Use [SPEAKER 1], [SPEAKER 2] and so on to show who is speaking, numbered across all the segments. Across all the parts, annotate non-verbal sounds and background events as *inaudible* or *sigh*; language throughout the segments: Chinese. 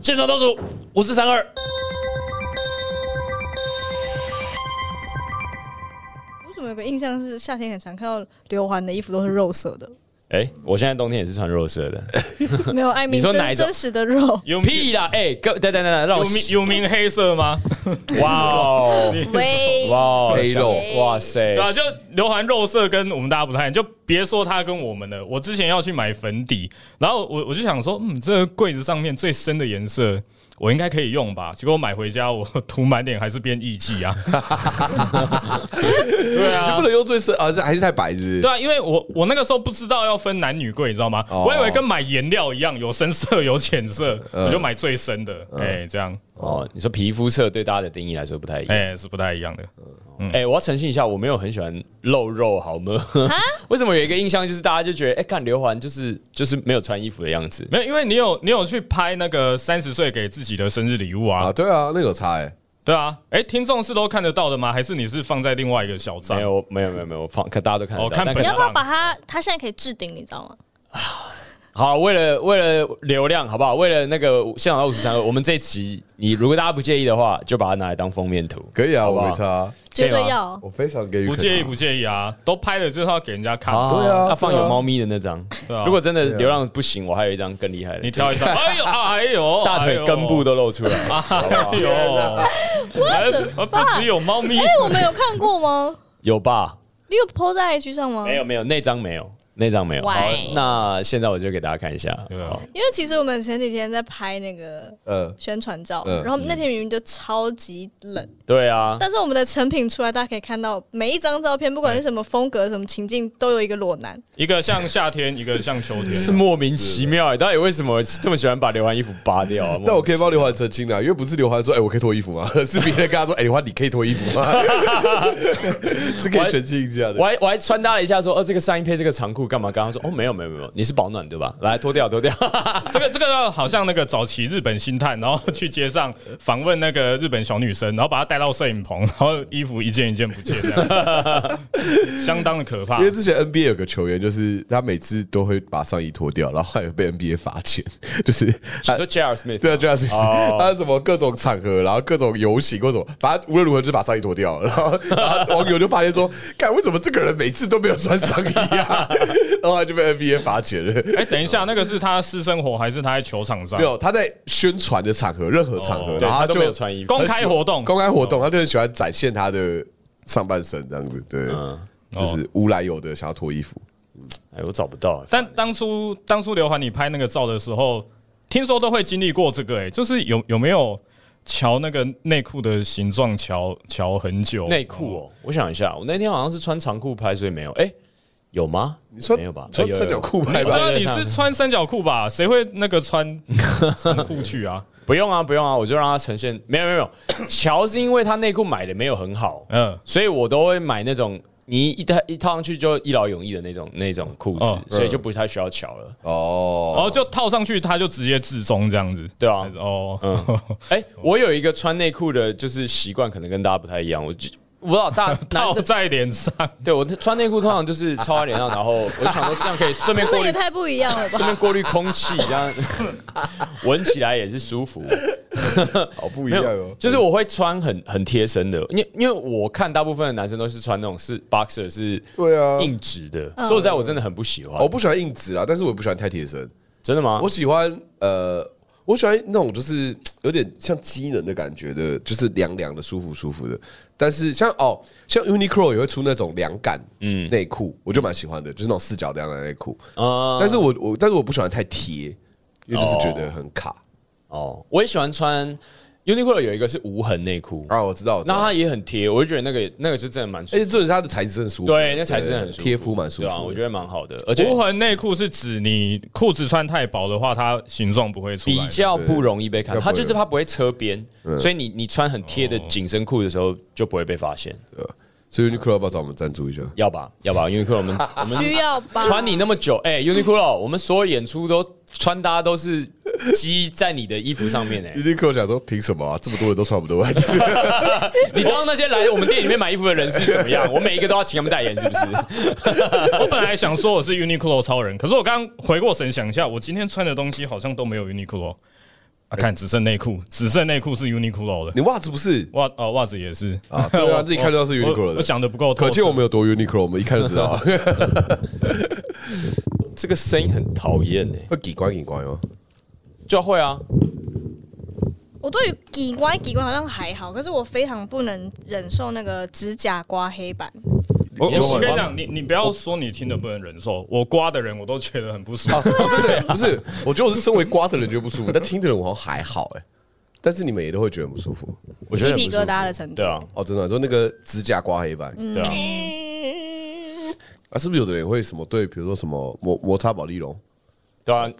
[SPEAKER 1] 现场倒数五四三二，
[SPEAKER 2] 我怎么有个印象是夏天很常看到刘环的衣服都是肉色
[SPEAKER 3] *laughs*
[SPEAKER 2] 的？
[SPEAKER 3] 哎，我现在冬天也是穿肉色的，
[SPEAKER 2] 没有艾米
[SPEAKER 3] 你说哪一
[SPEAKER 2] 真
[SPEAKER 3] 种
[SPEAKER 2] 真实的肉
[SPEAKER 1] 有
[SPEAKER 3] *laughs* 屁啦！哎，哥，等等等等，让我
[SPEAKER 1] 有 *laughs* 名有名黑色 *laughs* 吗？
[SPEAKER 3] 哇哦
[SPEAKER 2] 喂
[SPEAKER 3] 哇哦
[SPEAKER 4] 黑肉
[SPEAKER 3] 哇塞
[SPEAKER 1] 对，啊，就刘涵肉色跟我们大家不太一样，就别说它跟我们了。我之前要去买粉底，然后我我就想说，嗯，这个柜子上面最深的颜色。我应该可以用吧？结果我买回家，我涂满脸还是变异气 *laughs* 啊！对
[SPEAKER 4] 就
[SPEAKER 1] 啊
[SPEAKER 4] 不，能用最深啊，这还是太白是不是？
[SPEAKER 1] 对啊，因为我我那个时候不知道要分男女柜，你知道吗？
[SPEAKER 4] 哦
[SPEAKER 1] 我以为跟买颜料一样，有深色有浅色，我就买最深的。哎，这样
[SPEAKER 3] 哦，你说皮肤色对大家的定义来说不太一样。
[SPEAKER 1] 哎是不太一样的。
[SPEAKER 4] 嗯
[SPEAKER 3] 哎、我要澄清一下，我没有很喜欢露肉，好吗？ *laughs* 为什么有一个印象就是大家就觉得，哎、看刘环就是就是没有穿衣服的样子，
[SPEAKER 1] 没有，因为你有你有去拍那个三十岁给自己的生日礼物啊
[SPEAKER 4] 啊，，对啊，那个有差哎，
[SPEAKER 1] 对啊，哎、听众是都看得到的吗？还是你是放在另外一个小账
[SPEAKER 3] 没？有没有没有没有，我放看大家都看得到。
[SPEAKER 1] 哦看
[SPEAKER 3] 但
[SPEAKER 1] 本
[SPEAKER 2] 你
[SPEAKER 3] 可
[SPEAKER 2] 要不要把它？它现在可以置顶，你知道吗？
[SPEAKER 3] 好，为了为了流量，好不好？为了那个现场二五十三二，我们这一期你如果大家不介意的话，就把它拿来当封面图。
[SPEAKER 4] 可以啊，
[SPEAKER 3] 好不
[SPEAKER 4] 我
[SPEAKER 3] 好
[SPEAKER 4] 没差啊，
[SPEAKER 2] 绝
[SPEAKER 3] 可以
[SPEAKER 2] 对
[SPEAKER 3] 吗
[SPEAKER 2] 要。
[SPEAKER 4] 我非常给予
[SPEAKER 1] 不介意
[SPEAKER 4] 肯定
[SPEAKER 1] 不介意啊，都拍了就是要给人家看。
[SPEAKER 3] 好
[SPEAKER 4] 对啊
[SPEAKER 3] 那放
[SPEAKER 4] 对啊
[SPEAKER 3] 有猫咪的那张。
[SPEAKER 1] 对啊
[SPEAKER 3] 如果真的流量不行，我还有一张更厉害的，
[SPEAKER 1] 你挑
[SPEAKER 3] *laughs*
[SPEAKER 1] 一张，哎呦，哎呦，
[SPEAKER 3] 大腿根部啊
[SPEAKER 1] 的，
[SPEAKER 3] 都露出来。
[SPEAKER 1] 哎呦， *laughs* 哎不只有猫咪，
[SPEAKER 2] 哎，我们有看过
[SPEAKER 3] *laughs*
[SPEAKER 2] 吗？
[SPEAKER 3] 有吧？
[SPEAKER 2] 你有 PO 在 IG 上吗？
[SPEAKER 3] 没有。没有，那张没有，那张没有。好
[SPEAKER 2] Why？，
[SPEAKER 3] 那现在我就给大家看一下。
[SPEAKER 1] 对啊
[SPEAKER 3] 好
[SPEAKER 2] 因为其实我们前几天在拍那个
[SPEAKER 4] 呃，
[SPEAKER 2] 宣传照，
[SPEAKER 4] 嗯
[SPEAKER 2] 然后那天明明就超级冷，
[SPEAKER 3] 对啊，
[SPEAKER 2] 但是我们的成品出来，大家可以看到每一张照片，不管是什么风格、什么情境，都有一个裸男。
[SPEAKER 1] 一个像夏天，一个像秋
[SPEAKER 3] 是
[SPEAKER 1] 天。
[SPEAKER 3] 莫名其妙、欸，到底为什么这么喜欢把刘欢衣服扒掉、啊？
[SPEAKER 4] 但我可以
[SPEAKER 3] 莫
[SPEAKER 4] 帮刘环澄清的，因为不是刘环说，哎，我可以脱衣服吗？ *laughs* 是别人跟他说，哎，刘环你可以脱衣服吗？ *laughs* 是可以澄清一下
[SPEAKER 3] 名其妙我
[SPEAKER 4] 的。
[SPEAKER 3] 还我还穿搭了一下说哦，这个上衣配这个长裤干嘛？刚刚说哦，没有没有没有，你是保暖对吧？来脱掉脱 *laughs* 掉，
[SPEAKER 1] 这个这个好像那个早期日本星探，然后去街上访问那个日本小女生，然 *laughs* 后把她带到摄影棚，然后衣服一件一件不见，这样 *laughs* 相当的可怕
[SPEAKER 4] 因。为之前 NBA 有个球员，就是他每次都会把上衣脱掉，然后还有被 NBA 罚钱，就是
[SPEAKER 3] 你
[SPEAKER 4] 他
[SPEAKER 3] 说 J R Smith
[SPEAKER 4] 对啊，就像是
[SPEAKER 3] 哦
[SPEAKER 4] *laughs* 他什么各种场合，然后各种游行或什么，反正无论如何就把上衣脱掉，然后然后网友就发现说，看为什么这个人每次都没有穿上衣啊， *laughs* 然后他就被 NBA 罚钱了。
[SPEAKER 1] 哎、等一下，那个是他私生活还是他在球场上
[SPEAKER 4] 没？有，他在宣传的场合，任何场合，
[SPEAKER 1] 哦
[SPEAKER 3] 对
[SPEAKER 4] 然后
[SPEAKER 3] 他都
[SPEAKER 4] 就
[SPEAKER 3] 没有穿衣服
[SPEAKER 1] 公开活动，
[SPEAKER 4] 公开活动，他就很喜欢展现他的上半身这样子，对，
[SPEAKER 3] 嗯哦
[SPEAKER 4] 就是无来由的想要脱衣服。
[SPEAKER 3] 哎，我找不到、欸，
[SPEAKER 1] 但当初当初刘环你拍那个照的时候，听说都会经历过这个、欸，就是有有没有瞧那个内裤的形状瞧瞧很久？
[SPEAKER 3] 内裤哦，我想一下，我那天好像是穿长裤拍，所以没有。哎、有吗？
[SPEAKER 4] 你说
[SPEAKER 3] 没有吧？
[SPEAKER 4] 穿
[SPEAKER 3] 哎有
[SPEAKER 4] 三角裤拍
[SPEAKER 1] 对
[SPEAKER 4] 吧？
[SPEAKER 1] 啊，你是穿三角裤吧？谁会那个穿长裤去啊？
[SPEAKER 3] 不用啊，不用啊，我就让它呈现。没有没有没
[SPEAKER 1] *coughs*
[SPEAKER 3] 有，乔是因为他内裤买的没有很好，
[SPEAKER 1] 嗯，
[SPEAKER 3] 所以我都会买那种你一套一套上去就一劳永逸的那种那种裤子，
[SPEAKER 1] 哦
[SPEAKER 3] 所以就不太需要乔了。
[SPEAKER 1] 然
[SPEAKER 4] 哦
[SPEAKER 1] 后，就套上去，他就直接至中这样子。
[SPEAKER 3] 对啊
[SPEAKER 1] 哦， *laughs*
[SPEAKER 3] 哎、我有一个穿内裤的，就是习惯可能跟大家不太一样，我就。我不知道大
[SPEAKER 1] *laughs*
[SPEAKER 3] 男
[SPEAKER 1] 套
[SPEAKER 3] 生
[SPEAKER 1] 在脸上，
[SPEAKER 3] 对我穿内裤通常就是超在脸啊上，然后我就想说这 *laughs*
[SPEAKER 2] *laughs*
[SPEAKER 3] 样可以顺便
[SPEAKER 2] 真
[SPEAKER 3] 过
[SPEAKER 2] 的
[SPEAKER 3] 滤
[SPEAKER 2] 也太不一样了吧！
[SPEAKER 3] 顺便过滤空气，这样 *laughs* 闻起来也是舒服。
[SPEAKER 4] 好不一
[SPEAKER 3] 没
[SPEAKER 4] 样
[SPEAKER 3] 有
[SPEAKER 4] 哦，，
[SPEAKER 3] 就是我会穿很很贴身的，因为因为我看大部分的男生都是穿那种是 boxer 是
[SPEAKER 4] 对啊
[SPEAKER 3] 硬直的，说实在我真的很不喜欢。
[SPEAKER 4] 哦我不喜欢硬直啦，啊但是我也不喜欢太贴身。
[SPEAKER 3] 真的吗
[SPEAKER 4] 我？喜欢呃，我喜欢那种就是嘖有点像机能的感觉的，就是凉凉的、舒服舒服的。但是像哦，像 Uniqlo 也会出那种凉感嗯内裤，我就蛮喜欢的，就是那种四角凉凉内裤。
[SPEAKER 3] 啊
[SPEAKER 4] 但是我我但是我不喜欢太贴，因为就是觉得很卡。
[SPEAKER 3] 哦，我也喜欢穿 Uniqlo 有一个是无痕内裤，
[SPEAKER 4] 啊，我知道，我知
[SPEAKER 3] 哦那
[SPEAKER 4] 道。
[SPEAKER 3] 它也很贴，我就觉得那个那个是真的蛮舒服
[SPEAKER 4] 而且。哎这是它的材质很舒服，
[SPEAKER 3] 对，那材质很舒服，
[SPEAKER 4] 贴肤蛮舒服
[SPEAKER 3] 对啊，
[SPEAKER 4] 的。
[SPEAKER 3] 我觉得蛮好的，而且
[SPEAKER 1] 无痕内裤是指你裤子穿太薄的话，它形状不会出来
[SPEAKER 3] 比。较不容易被看，
[SPEAKER 4] 对哦
[SPEAKER 3] 它就是它不会车边，所以你你穿很贴的紧身裤的时候就不会被发现，
[SPEAKER 4] 啊所以 Uniqlo 要不要找我们赞助一下？
[SPEAKER 3] 要吧？要吧？Uniqlo 我们我们
[SPEAKER 2] 需要吧？
[SPEAKER 3] *laughs* 穿你那么久，哎、u n i q l o *laughs* 我们所有演出都穿搭都是积在你的衣服
[SPEAKER 2] *laughs*
[SPEAKER 3] 上面、哎，
[SPEAKER 4] Uniqlo 想说，凭什么啊？这么多人都穿不到，
[SPEAKER 3] 你当那些来我们店里面买衣服的人是怎么样？我每一个都要请他们代言，是不
[SPEAKER 2] *laughs*
[SPEAKER 3] 是？
[SPEAKER 1] 我本来想说我是 Uniqlo 超人，可是我刚回过神想一下，我今天穿的东西好像都没有 Uniqlo。
[SPEAKER 3] 哎
[SPEAKER 1] 啊，看只剩内裤，只剩内裤是 Uniqlo 的，
[SPEAKER 4] *laughs* 你袜子不是
[SPEAKER 1] 袜哦袜子也是
[SPEAKER 4] 啊？对啊，自己看到是
[SPEAKER 1] *laughs* 我
[SPEAKER 4] Uniqlo
[SPEAKER 1] 我
[SPEAKER 4] 的，
[SPEAKER 1] 想的不够透彻，
[SPEAKER 4] 可见我们有多 Uniqlo，我们一看就知道。 *laughs*
[SPEAKER 3] 这个声音很讨厌哎，
[SPEAKER 4] 会几关几关吗？
[SPEAKER 3] 就会啊，
[SPEAKER 2] 我对于几关几关好像还好，可是我非常不能忍受那个指甲刮黑板。
[SPEAKER 3] 我
[SPEAKER 1] 我我跟你
[SPEAKER 3] 我
[SPEAKER 1] 讲，你你不要说你听的不能忍受，我刮的人我都觉得很不舒
[SPEAKER 3] 啊
[SPEAKER 1] 服。
[SPEAKER 4] 对，不是，我觉得我是身为刮的人觉得不舒服，但听的人我好像还好哎、但是你们也都会觉得很不舒服
[SPEAKER 3] 我觉
[SPEAKER 2] 鸡
[SPEAKER 3] 得很
[SPEAKER 2] 皮
[SPEAKER 3] 不舒
[SPEAKER 2] 疙
[SPEAKER 3] 服
[SPEAKER 2] 瘩的程度。
[SPEAKER 3] 对啊，
[SPEAKER 4] 哦，真的、说那个指甲刮黑板、
[SPEAKER 1] 嗯
[SPEAKER 3] 对啊，
[SPEAKER 4] 啊，是不是有的人会什么对，比如说什么摩摩擦宝丽龙，
[SPEAKER 3] 对啊，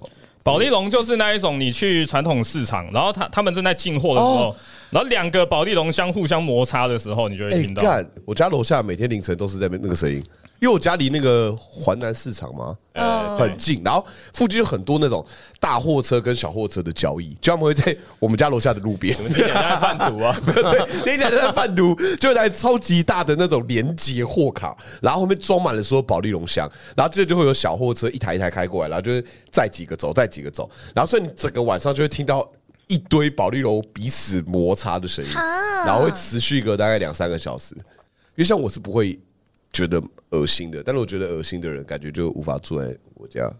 [SPEAKER 1] 保利龙就是那一种，你去传统市场，然后他他们正在进货的时
[SPEAKER 4] 哦
[SPEAKER 1] 候，然后两个保利龙相互相摩擦的时候，你就会
[SPEAKER 4] 哎、
[SPEAKER 1] 听到。
[SPEAKER 4] 干，我家楼下每天凌晨都是在那那个声音，因为我家离那个环南市场嘛，
[SPEAKER 2] 嗯
[SPEAKER 4] 很近，然后附近有很多那种大货车跟小货车的交易，就他们会在我们家楼下的路边，
[SPEAKER 3] 你们这点在贩毒啊，
[SPEAKER 4] *laughs* 对，那一台在贩毒，就一台超级大的那种连接货卡，然后后面装满了所有保利龙箱，然后这就会有小货车一台一台开过来，然后就是载几个走，载几个走，然后所以你整个晚上就会听到一堆保利龙彼此摩擦的声音，
[SPEAKER 2] 啊
[SPEAKER 4] 然后会持续个大概两三个小时。因为像我是不会觉得恶心的，但是我觉得恶心的人感觉就无法住在我家。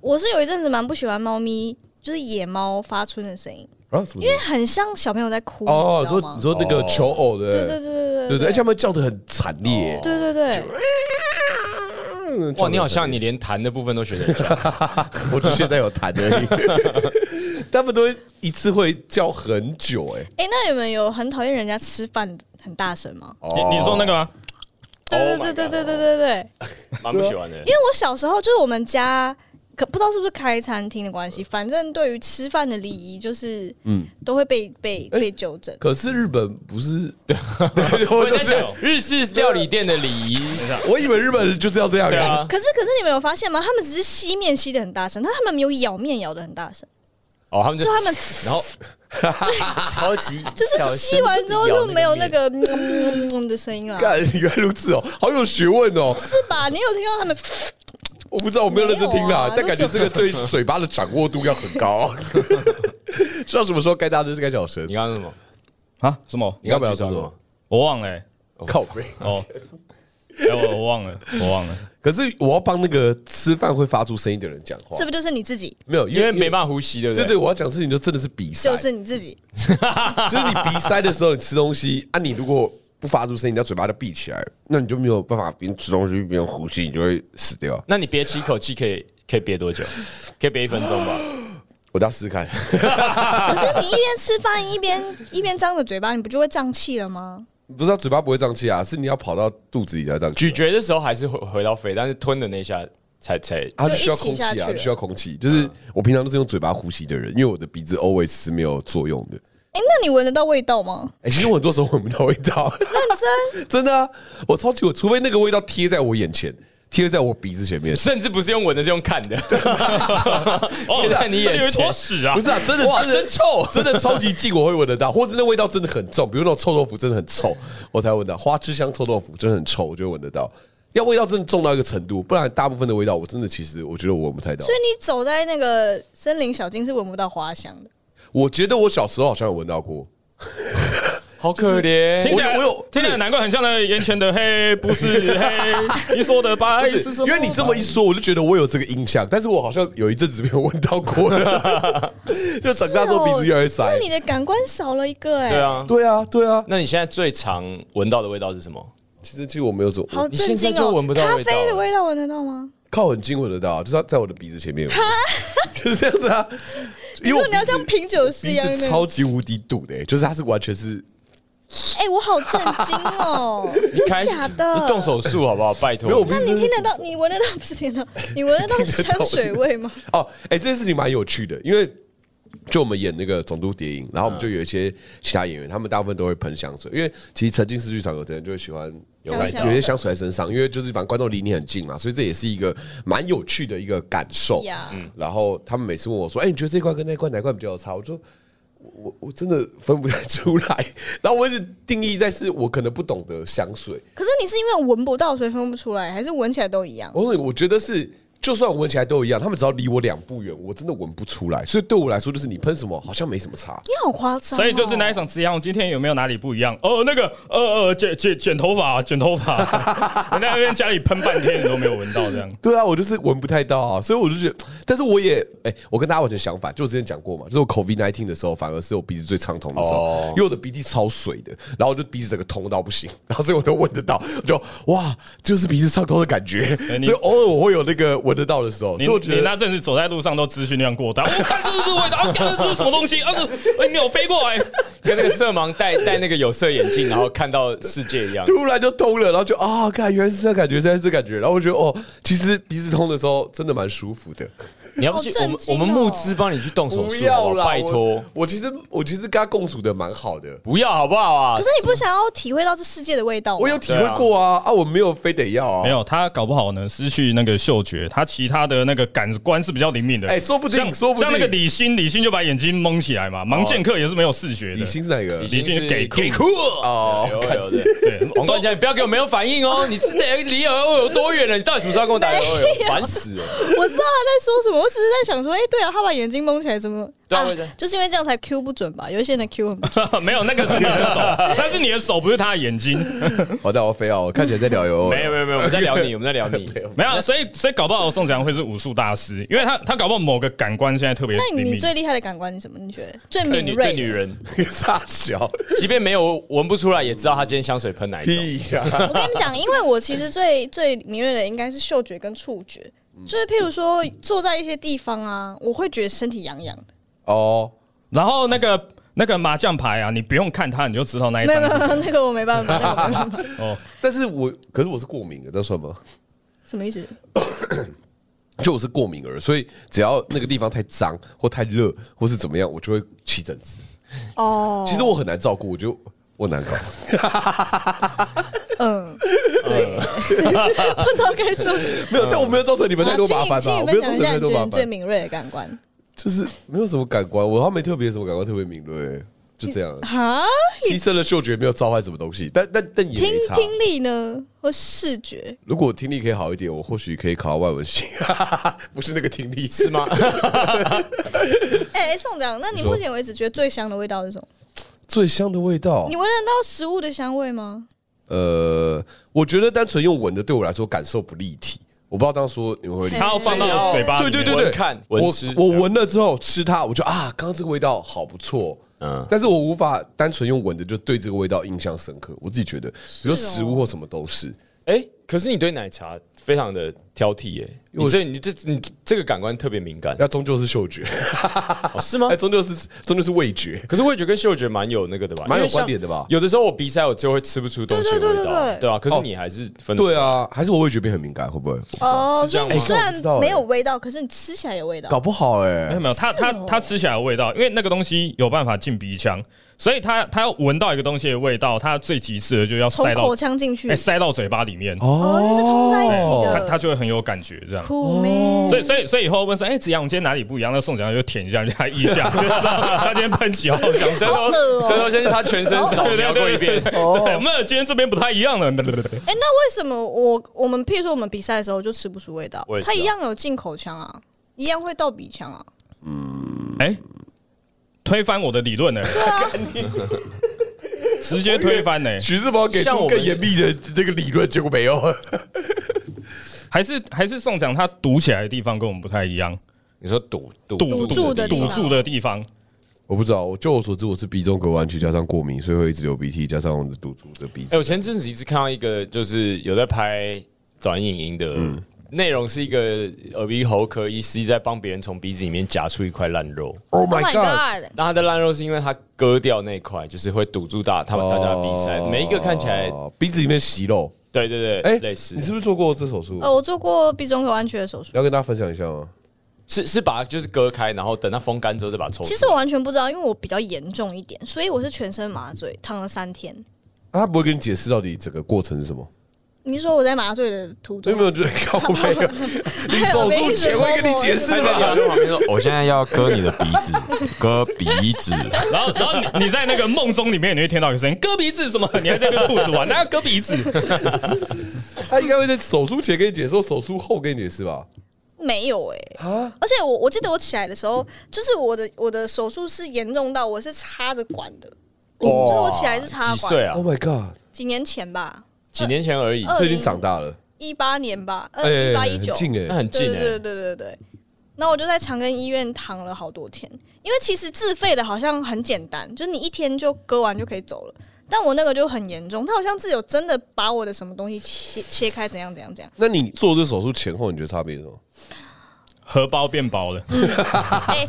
[SPEAKER 2] 我是有一阵子蛮不喜欢猫咪，就是野猫发春的声音，
[SPEAKER 4] 啊，什
[SPEAKER 2] 因
[SPEAKER 4] 么？
[SPEAKER 2] 为很像小朋友在哭，
[SPEAKER 4] 哦，
[SPEAKER 2] 你知
[SPEAKER 4] 你
[SPEAKER 2] 道吗
[SPEAKER 4] 说你？说那个求偶的，
[SPEAKER 2] 对对对
[SPEAKER 4] 对
[SPEAKER 2] 对
[SPEAKER 4] 对，而且
[SPEAKER 2] 对
[SPEAKER 4] 他们叫的很惨烈。
[SPEAKER 2] 对对对，
[SPEAKER 3] 哇，你好像你连弹的部分都学得很像，
[SPEAKER 4] 我只现在有弹而已。 *laughs* 他们都会一次会叫很久、哎，
[SPEAKER 2] 哎，那你们有很讨厌人家吃饭很大声吗？
[SPEAKER 3] 哦
[SPEAKER 1] 你你说那个吗？
[SPEAKER 2] 对
[SPEAKER 3] Oh my
[SPEAKER 2] 对对
[SPEAKER 3] God
[SPEAKER 2] 对对对对对，
[SPEAKER 3] 蛮不喜欢的
[SPEAKER 2] 因。为我小时候就是我们家。可不知道是不是开餐厅的关系，反正对于吃饭的礼仪，就是嗯，都会被被被纠正。
[SPEAKER 4] 可是日本不是？对，啊
[SPEAKER 3] 我
[SPEAKER 4] 我
[SPEAKER 3] 在想啊日式料理店的礼仪，
[SPEAKER 4] 我以为日本人就是要这样、
[SPEAKER 3] 对啊，
[SPEAKER 2] 可是可是你们有发现吗？他们只是吸面吸的很大声，但他们没有咬面咬的很大声，
[SPEAKER 3] 哦，他们就
[SPEAKER 2] 就他
[SPEAKER 3] *laughs*
[SPEAKER 2] 们
[SPEAKER 3] 然后超级
[SPEAKER 2] *laughs* 就是吸完之后就没有那个嗯嗯嗯的声音了，
[SPEAKER 4] 干，原来如此哦，好有学问哦！
[SPEAKER 2] 是吧？你有听到他们？
[SPEAKER 4] 我不知道，我没有认真听
[SPEAKER 2] 没有
[SPEAKER 4] 啦，
[SPEAKER 2] 啊
[SPEAKER 4] 但感觉
[SPEAKER 2] 都
[SPEAKER 4] 这
[SPEAKER 2] 九
[SPEAKER 4] 个对嘴巴的掌握度要很
[SPEAKER 2] *laughs*
[SPEAKER 4] 高。 *laughs* 知道什么时候该大声，该小声
[SPEAKER 3] 你？刚刚什么？
[SPEAKER 1] 啊，什么？
[SPEAKER 4] 你刚不要
[SPEAKER 3] 举
[SPEAKER 4] 说
[SPEAKER 3] 手
[SPEAKER 4] 什
[SPEAKER 3] 了
[SPEAKER 4] 么
[SPEAKER 3] 吗？
[SPEAKER 1] 我忘了、欸。
[SPEAKER 4] 靠背。
[SPEAKER 1] 哦，哎、我我忘了，我忘了。
[SPEAKER 4] 可是我要帮那个吃饭会发出声音的人讲话
[SPEAKER 2] 是，不是就是你自己？
[SPEAKER 4] 没有，
[SPEAKER 3] 因为没
[SPEAKER 4] 法。
[SPEAKER 3] 办法呼吸，对不
[SPEAKER 4] 对
[SPEAKER 3] 对？
[SPEAKER 4] 对，我要讲的事情就真的是比赛， *laughs*
[SPEAKER 2] 就是你自己。
[SPEAKER 4] 就是你鼻塞的时候，你吃东西啊，你如果不发出声音，你要嘴巴就闭起来，那你就没有办法边吃东西边呼吸，你就会死掉。
[SPEAKER 3] 那你憋七口气可以可以憋多久？可以憋一分钟吧？
[SPEAKER 1] *laughs*
[SPEAKER 4] 我要试试 *laughs* 看，
[SPEAKER 3] 啊
[SPEAKER 2] 可是你一边吃饭一边 *laughs* 一边张着嘴巴，你不就会胀气了吗？
[SPEAKER 4] 不是他嘴巴不会胀气啊，是你要跑到肚子里才胀气。
[SPEAKER 3] 咀嚼的时候还是回回到肺，但是吞的那一下才才
[SPEAKER 4] 啊，
[SPEAKER 2] 就
[SPEAKER 4] 就
[SPEAKER 2] 一
[SPEAKER 4] 需要
[SPEAKER 2] 起
[SPEAKER 4] 空气
[SPEAKER 2] 下
[SPEAKER 4] 啊，
[SPEAKER 2] 去
[SPEAKER 4] 就需要空气。就是我平常都是用嘴巴呼吸的人，因为我的鼻子 always 是没有作用的。
[SPEAKER 2] 哎、那你闻得到味道
[SPEAKER 3] *laughs*
[SPEAKER 2] 吗？
[SPEAKER 4] 哎、其实我很多时候闻不到味道，
[SPEAKER 2] 认真，
[SPEAKER 4] 真的啊，我超级我，除非那个味道贴在我眼前，贴在我鼻子前面，
[SPEAKER 3] 甚至不是用闻的，是用看的， *laughs*
[SPEAKER 1] 哦
[SPEAKER 3] 贴在你
[SPEAKER 1] 这里有
[SPEAKER 3] 眼
[SPEAKER 1] 一坨
[SPEAKER 3] 前。
[SPEAKER 1] 屎啊
[SPEAKER 4] 不！是啊，真的
[SPEAKER 3] 哇，
[SPEAKER 4] 真的
[SPEAKER 3] 真臭！
[SPEAKER 4] *laughs* 真的超级近，我会闻得到，或是那味道真的很重，比如那种臭豆腐真的很臭，我才闻到。花枝香臭豆腐真的很臭，我就会闻得到。要味道真的重到一个程度，不然大部分的味道我真的其实我觉得我闻不太到
[SPEAKER 2] 所。以你走在那个森林小径是闻不到花香
[SPEAKER 3] *laughs*
[SPEAKER 2] 的。
[SPEAKER 4] 我觉得我小时候好像有闻到过，
[SPEAKER 3] 好可怜
[SPEAKER 1] 听起来，
[SPEAKER 4] 我有我有
[SPEAKER 1] 听起来难怪很像那个眼前的黑，不
[SPEAKER 4] *laughs*
[SPEAKER 1] 是黑，你说的白
[SPEAKER 4] 不是
[SPEAKER 1] 是什么？
[SPEAKER 4] 因为你这么一说，我就觉得我有这个印象，但是我好像有一阵子没有闻到过 *laughs* 了，就长大之后鼻子越来越
[SPEAKER 2] 因
[SPEAKER 4] 塞
[SPEAKER 2] 为。你的感官少了一个、哎，
[SPEAKER 3] 对，啊，
[SPEAKER 4] 对啊，对啊，
[SPEAKER 3] 那你现在最常闻到的味道是什么？
[SPEAKER 4] 其实其实我没有走，
[SPEAKER 2] 好
[SPEAKER 4] 我
[SPEAKER 3] 你现
[SPEAKER 2] 震
[SPEAKER 3] 在
[SPEAKER 2] 惊
[SPEAKER 3] 就
[SPEAKER 2] 哦、
[SPEAKER 3] 闻不到
[SPEAKER 2] 咖
[SPEAKER 3] 味道
[SPEAKER 2] 啡的
[SPEAKER 3] 了
[SPEAKER 2] 味道闻得到吗？
[SPEAKER 4] 靠很近闻得到，啊就是它在我的鼻子前面，就是这样子啊。因
[SPEAKER 2] 就
[SPEAKER 4] 为我
[SPEAKER 2] 哎你要
[SPEAKER 4] 鼻子
[SPEAKER 2] 像品酒师一
[SPEAKER 4] 鼻
[SPEAKER 2] 样
[SPEAKER 4] 子
[SPEAKER 2] 那
[SPEAKER 4] 超
[SPEAKER 2] 种。
[SPEAKER 4] 级无敌堵的、欸，就是它是完全是
[SPEAKER 2] 哎、我好震惊哦、真
[SPEAKER 3] 开
[SPEAKER 2] 假的？
[SPEAKER 3] 动。手术好不好？拜托。
[SPEAKER 4] 没有我不
[SPEAKER 2] 那
[SPEAKER 4] 是
[SPEAKER 2] 你听得到？你闻得到？不是听得到？你闻得到香水味吗？
[SPEAKER 4] 哦，哎、这件事情蛮有趣的，因为就我们演那个《总督谍影》，然后我们
[SPEAKER 2] 嗯
[SPEAKER 4] 就有一些其他演员，他们大部分都会喷香水，因为其实沉浸式剧场有的人就会喜欢有在
[SPEAKER 2] 香香
[SPEAKER 4] 有一些香水在身上，因为就是反正观众离你很近嘛，所以这也是一个蛮有趣的一个感受。
[SPEAKER 2] 呀
[SPEAKER 4] 嗯，然后他们每次问我说：“哎、你觉得这一罐跟那一罐哪一罐比较有差？”我说。我我真的分不太出来， *laughs* 然后我一直定义在是我可能不懂得香水，
[SPEAKER 2] 可是你是因为闻不到所以分不出来，还是闻起来都一样？
[SPEAKER 4] 我说我觉得是就算我闻起来都一样，他们只要离我两步远，我真的闻不出来。所以对我来说，就是你喷什么好像没什么差。
[SPEAKER 2] 你好夸张哦，
[SPEAKER 1] 所以就是那一种吃样，今天有没有哪里不一样？哦，那个，呃呃，剪剪剪头发，啊剪头发，我在那边家里喷半天，你都没有闻到这样。
[SPEAKER 4] 对啊，我就是闻不太到啊，所以我就觉得，但是我也，哎、我跟大家完全相反，就我之前讲过嘛，就是我 COVID nineteen 的时候，反而是我鼻子最畅通的时候，
[SPEAKER 3] 哦
[SPEAKER 4] 因为我的鼻涕超水的，然后我就鼻子整个通到不行，然后所以我都闻得到，就哇，就是鼻子畅通的感觉，
[SPEAKER 1] 哎
[SPEAKER 4] *laughs*
[SPEAKER 1] 你
[SPEAKER 4] 所以偶尔我会有那个闻得到的时候，所
[SPEAKER 1] 你
[SPEAKER 4] 以我觉
[SPEAKER 1] 你
[SPEAKER 4] 得
[SPEAKER 1] 那阵子走在路上都资讯量过大，我看这是味道，啊，看这是什么东西，啊，这哎，鸟飞过来，
[SPEAKER 3] 跟那个色盲戴戴那个有色眼镜，然后看到世界一样。
[SPEAKER 4] 突然就通了，然后就啊，看原来是这感觉，现在是这感觉，然后我觉得哦，其实鼻子通的时候真的蛮舒服的。
[SPEAKER 3] 你要不去
[SPEAKER 2] 好
[SPEAKER 3] 我
[SPEAKER 2] 震
[SPEAKER 3] 们我
[SPEAKER 2] 惊哦
[SPEAKER 3] 们募资帮你去动手
[SPEAKER 4] 不
[SPEAKER 3] 术，好
[SPEAKER 4] 要
[SPEAKER 3] 不
[SPEAKER 4] 啦，
[SPEAKER 3] 好拜
[SPEAKER 4] 我
[SPEAKER 3] 托，，
[SPEAKER 4] 我其实我其实跟他共处的蛮好的，
[SPEAKER 3] 不要好不好啊
[SPEAKER 2] 可？是你不想要体会到这世界的味道吗？
[SPEAKER 4] 我有体会过啊啊，我没有非得要啊，
[SPEAKER 1] 没有，他搞不好呢失去那个嗅觉，他其他的那个感官是比较灵敏的。
[SPEAKER 4] 哎说不定
[SPEAKER 1] 像
[SPEAKER 4] 说不定
[SPEAKER 1] 像那个李欣，李欣就把眼睛蒙起来
[SPEAKER 4] *laughs*
[SPEAKER 1] 嘛，盲剑客也是没有视觉的。
[SPEAKER 4] 李欣是哪个
[SPEAKER 1] 李欣是给
[SPEAKER 3] 给
[SPEAKER 1] king
[SPEAKER 3] 酷
[SPEAKER 4] 哦，
[SPEAKER 3] 有有的。
[SPEAKER 1] 对， *laughs*
[SPEAKER 3] 王冠佳，你不要给我没有反应哦！你真的离耳欧有多远了？你到底什么时候要跟我
[SPEAKER 2] *laughs*
[SPEAKER 3] 打耳欧有？烦死了！
[SPEAKER 2] 我知道他在说什么，我只是在想说，哎、对啊，他把眼睛蒙起来怎么？
[SPEAKER 3] 对啊
[SPEAKER 2] 啊
[SPEAKER 3] 我也在
[SPEAKER 2] 就是因为这样才 Q 不准吧？有一些人的 Q 很
[SPEAKER 1] *laughs*
[SPEAKER 2] 不准，
[SPEAKER 1] 没有那个是你的手，但是你的手不是他的眼睛，
[SPEAKER 4] 完蛋，我飞哦，我看起来在聊 *laughs* 游，
[SPEAKER 3] 没有没有没有，我们在聊你，我们在聊你。
[SPEAKER 1] 没有，啊所以所以搞不好宋子阳会是武术大师，因为他他搞不好某个感官现在特别
[SPEAKER 2] 那
[SPEAKER 1] 灵
[SPEAKER 2] 你
[SPEAKER 1] 敏。
[SPEAKER 2] 最厉害的感官是什么？你觉得最 *laughs*
[SPEAKER 3] 对
[SPEAKER 2] 敏
[SPEAKER 3] 女对
[SPEAKER 2] 锐
[SPEAKER 3] 女
[SPEAKER 2] 的？
[SPEAKER 3] 人，
[SPEAKER 4] 傻小
[SPEAKER 3] 即便没有闻不出来，也知道她今天香水喷哪
[SPEAKER 2] *laughs*
[SPEAKER 3] 一种。
[SPEAKER 4] 屁呀，
[SPEAKER 2] 我跟你讲，因为我其实最最敏锐的应该是嗅觉跟触觉，
[SPEAKER 4] 嗯
[SPEAKER 2] 就是譬如说坐在一些地方啊，我会觉得身体痒痒的。
[SPEAKER 4] *laughs* 哦，
[SPEAKER 1] 然后那个那个麻将牌啊，你不用看它，你就知道
[SPEAKER 4] 哎
[SPEAKER 1] 那一
[SPEAKER 2] 没有
[SPEAKER 1] 张
[SPEAKER 2] 没有，
[SPEAKER 1] 是
[SPEAKER 2] 没有那个我没办法，那个我没办法
[SPEAKER 1] 哦。
[SPEAKER 4] 但是我可是我是过敏的，这算吗？
[SPEAKER 2] 什么意思？
[SPEAKER 4] 就我是过敏儿，所以只要那个地方太脏或太热或是怎么样，我就会起疹子。
[SPEAKER 2] 哦，
[SPEAKER 4] 其实我很难照顾，我就我难搞。
[SPEAKER 2] 嗯，对， *laughs* 不知道该说什么。
[SPEAKER 4] 没有，但我嗯 *laughs* 没有造成你们太多麻
[SPEAKER 2] 好
[SPEAKER 4] 烦
[SPEAKER 2] 请
[SPEAKER 4] 吧？
[SPEAKER 2] 你
[SPEAKER 4] 我没
[SPEAKER 2] 请你分享
[SPEAKER 4] 有造成
[SPEAKER 2] 一下
[SPEAKER 4] 太
[SPEAKER 2] 你觉
[SPEAKER 4] 多
[SPEAKER 2] 得
[SPEAKER 4] 麻
[SPEAKER 2] 你最
[SPEAKER 4] 烦，
[SPEAKER 2] 敏锐的感官。
[SPEAKER 4] 就是没有什么感官，我好像没特别什么感官特别敏锐，就
[SPEAKER 2] *laughs*
[SPEAKER 4] 这样。
[SPEAKER 2] 哈，
[SPEAKER 4] 牺牲了嗅觉，没有召唤什么东西，但但但也
[SPEAKER 2] 听
[SPEAKER 4] 没差。
[SPEAKER 2] 听力呢，或视觉？
[SPEAKER 4] 如果听力可以好一点，我或许可以考到外文系， *laughs* 不是那个听力，
[SPEAKER 3] 是吗？
[SPEAKER 2] 哎、宋长，那你
[SPEAKER 4] 你说
[SPEAKER 2] 目前为止觉得最香的味道是什么？
[SPEAKER 4] *laughs* 最香的味道
[SPEAKER 2] 你。闻得到食物的香味吗？
[SPEAKER 4] 呃，我觉得单纯用闻的对我来说感受不立体，我不知道当初你们会理解
[SPEAKER 1] 它。要放到嘴巴里
[SPEAKER 4] 对
[SPEAKER 1] 面，
[SPEAKER 4] 对对
[SPEAKER 3] 啊闻
[SPEAKER 4] 对，
[SPEAKER 3] 看闻
[SPEAKER 4] 我
[SPEAKER 3] 吃
[SPEAKER 4] 我闻了之后吃它，我就啊，刚刚这个味道好不错。
[SPEAKER 3] 嗯
[SPEAKER 4] 嗯，但是我无法单纯用闻的就对这个味道印象深刻。我自己觉得，比如说
[SPEAKER 2] 是哦
[SPEAKER 4] 食物或什么都是，
[SPEAKER 3] *laughs* 哎，可是你对奶茶非常的挑剔耶，你这你这你这个感官特别敏感，
[SPEAKER 4] 那终究是嗅
[SPEAKER 3] *laughs*
[SPEAKER 4] 觉，
[SPEAKER 3] 哦是吗
[SPEAKER 4] 哎，？终究是终究是味觉。
[SPEAKER 3] 可是味觉跟嗅觉蛮有那个的吧，
[SPEAKER 4] 蛮
[SPEAKER 3] 因
[SPEAKER 4] 有
[SPEAKER 3] 为像
[SPEAKER 4] 关联的吧
[SPEAKER 3] 有的时候我鼻塞，我就会吃不出东西的
[SPEAKER 2] 对对
[SPEAKER 3] 味
[SPEAKER 2] 对对
[SPEAKER 3] 道，啊
[SPEAKER 2] 对
[SPEAKER 3] 对吧？可是
[SPEAKER 4] 哦
[SPEAKER 3] 你还是分得出
[SPEAKER 4] 对啊，还是我味觉变很敏感，会不会？
[SPEAKER 2] 哦，
[SPEAKER 3] 是这
[SPEAKER 2] 所以
[SPEAKER 3] 样吗
[SPEAKER 2] 你虽
[SPEAKER 4] 哎我
[SPEAKER 2] 然
[SPEAKER 4] 不知道哎
[SPEAKER 2] 没有味道，可是你吃起来有味道。
[SPEAKER 4] 搞不好哎、
[SPEAKER 1] 没有没有，它它
[SPEAKER 2] 是哦
[SPEAKER 1] 它吃起来的味道，因为那个东西有办法进鼻腔，所以它它要闻到一个东西的味道，它最极致的就要
[SPEAKER 2] 从
[SPEAKER 1] 塞到
[SPEAKER 2] 口腔进去，
[SPEAKER 1] 哎塞到嘴巴里面，
[SPEAKER 2] 哦，因为是通在一起
[SPEAKER 1] 它
[SPEAKER 2] 的，
[SPEAKER 1] 它就会很有感觉这样。
[SPEAKER 2] 酷
[SPEAKER 4] 哦
[SPEAKER 2] man
[SPEAKER 1] 所以，所以，所以以后问说，哎，子阳，我今天哪里不一样？那宋子阳就舔一下人家腋下，就知道他今天喷几号香水。
[SPEAKER 3] 舌
[SPEAKER 2] 好恶
[SPEAKER 3] 头
[SPEAKER 2] 哦
[SPEAKER 3] 舌头先是他
[SPEAKER 2] *laughs*
[SPEAKER 3] 全身扫
[SPEAKER 1] 对
[SPEAKER 3] 描
[SPEAKER 1] 对
[SPEAKER 3] 过一
[SPEAKER 1] 对
[SPEAKER 3] 遍
[SPEAKER 1] 对，，对，没有，今天这边不太一样了。
[SPEAKER 2] 哎、那为什么我我们譬如说我们比赛的时候就吃不出味道
[SPEAKER 3] 我也，是啊
[SPEAKER 2] 它一样有进口腔啊，一样会到鼻腔啊。
[SPEAKER 1] 哎，推翻我的理论呢？
[SPEAKER 2] 啊
[SPEAKER 1] *laughs* 直接推翻呢？
[SPEAKER 4] 徐志摩给
[SPEAKER 3] 像
[SPEAKER 4] 出
[SPEAKER 3] 我们
[SPEAKER 4] 更严密的这个理论，结果没有。 *laughs*
[SPEAKER 1] 还是还是宋讲他堵起来的地方跟我们不太一样，
[SPEAKER 3] 你说堵堵
[SPEAKER 1] 堵
[SPEAKER 2] 堵住的地
[SPEAKER 1] 堵
[SPEAKER 2] 方
[SPEAKER 1] 住的地方。
[SPEAKER 4] 我不知道，我就我所知，我是鼻中隔弯曲加上过敏，所以会一直流鼻涕，加上我的堵住的鼻
[SPEAKER 3] 哎、
[SPEAKER 4] 子。
[SPEAKER 3] 我前阵子一直看到一个，就是有在拍短影音的
[SPEAKER 4] 嗯
[SPEAKER 3] 内容，是一个耳鼻喉科医师在帮别人从鼻子里面夹出一块烂肉。
[SPEAKER 4] Oh
[SPEAKER 2] Oh
[SPEAKER 4] my god！
[SPEAKER 2] my god！
[SPEAKER 3] 那他的烂肉是因为他割掉那块，就是会堵住大他们大家的鼻塞。每一个看起来，
[SPEAKER 4] 哦鼻子里面息肉，
[SPEAKER 3] 对对对，
[SPEAKER 4] 哎，
[SPEAKER 3] 类似
[SPEAKER 4] 你是不是做过这手术？
[SPEAKER 2] 呃，我做过鼻中隔弯曲的手术，
[SPEAKER 4] 要跟大家分享一下吗？
[SPEAKER 3] 是是把它就是割开，然后等它风干之后再把它
[SPEAKER 4] Oh
[SPEAKER 3] 抽出。
[SPEAKER 2] 其实我完全不知道，因为我比较严重一点，所以我是全身麻醉，躺了三天。
[SPEAKER 4] 啊他不会跟你解释到底整个过程是什么，
[SPEAKER 2] 你是说我在麻醉的途
[SPEAKER 4] 所
[SPEAKER 2] 中啊
[SPEAKER 4] 以
[SPEAKER 2] 吗，
[SPEAKER 4] 没有觉得靠背
[SPEAKER 2] *laughs*
[SPEAKER 4] 啊？你手术前会跟你解释
[SPEAKER 3] *laughs* 对
[SPEAKER 4] 吗？
[SPEAKER 3] 啊在旁边说
[SPEAKER 5] *laughs* 我现在要割你的鼻子，
[SPEAKER 2] *laughs*
[SPEAKER 5] 割鼻子。
[SPEAKER 1] 然后，然后你你在那个梦中里面，你会听到一个声音，割鼻子什么？你还在跟兔子
[SPEAKER 2] *laughs*
[SPEAKER 1] 玩？那割鼻子。
[SPEAKER 4] 他应该会在手术前跟你解释，或手术后跟你解释吧？
[SPEAKER 2] 没有哎、
[SPEAKER 4] 啊，
[SPEAKER 2] 而且我我记得我起来的时候，就是我的我的手术是严重到我是插着管的，就是我起来是插
[SPEAKER 3] 几
[SPEAKER 2] 管
[SPEAKER 3] 岁啊？
[SPEAKER 4] Oh my god！
[SPEAKER 2] 几年前吧，
[SPEAKER 3] 几年前而已，
[SPEAKER 2] 二
[SPEAKER 4] 这
[SPEAKER 2] 零
[SPEAKER 4] 已经长大了，
[SPEAKER 2] 一八年吧，呃
[SPEAKER 4] 哎，
[SPEAKER 2] 一八
[SPEAKER 4] 很
[SPEAKER 2] 一九，
[SPEAKER 4] 近
[SPEAKER 3] 那
[SPEAKER 4] 哎，
[SPEAKER 3] 很
[SPEAKER 2] 对
[SPEAKER 3] 近
[SPEAKER 2] 对
[SPEAKER 3] 哎
[SPEAKER 2] 对对。对对对。那我就在长庚医院躺了好多天，因为其实自费的好像很简单，就是你一天就割完就可以走了。但我那个就很严重，他好像是有真的把我的什么东西切切开，怎样怎样怎样。
[SPEAKER 4] 那你做这手术前后，你觉得差别是什么？
[SPEAKER 1] 荷包变薄
[SPEAKER 2] *laughs*
[SPEAKER 1] 了，
[SPEAKER 2] 哎、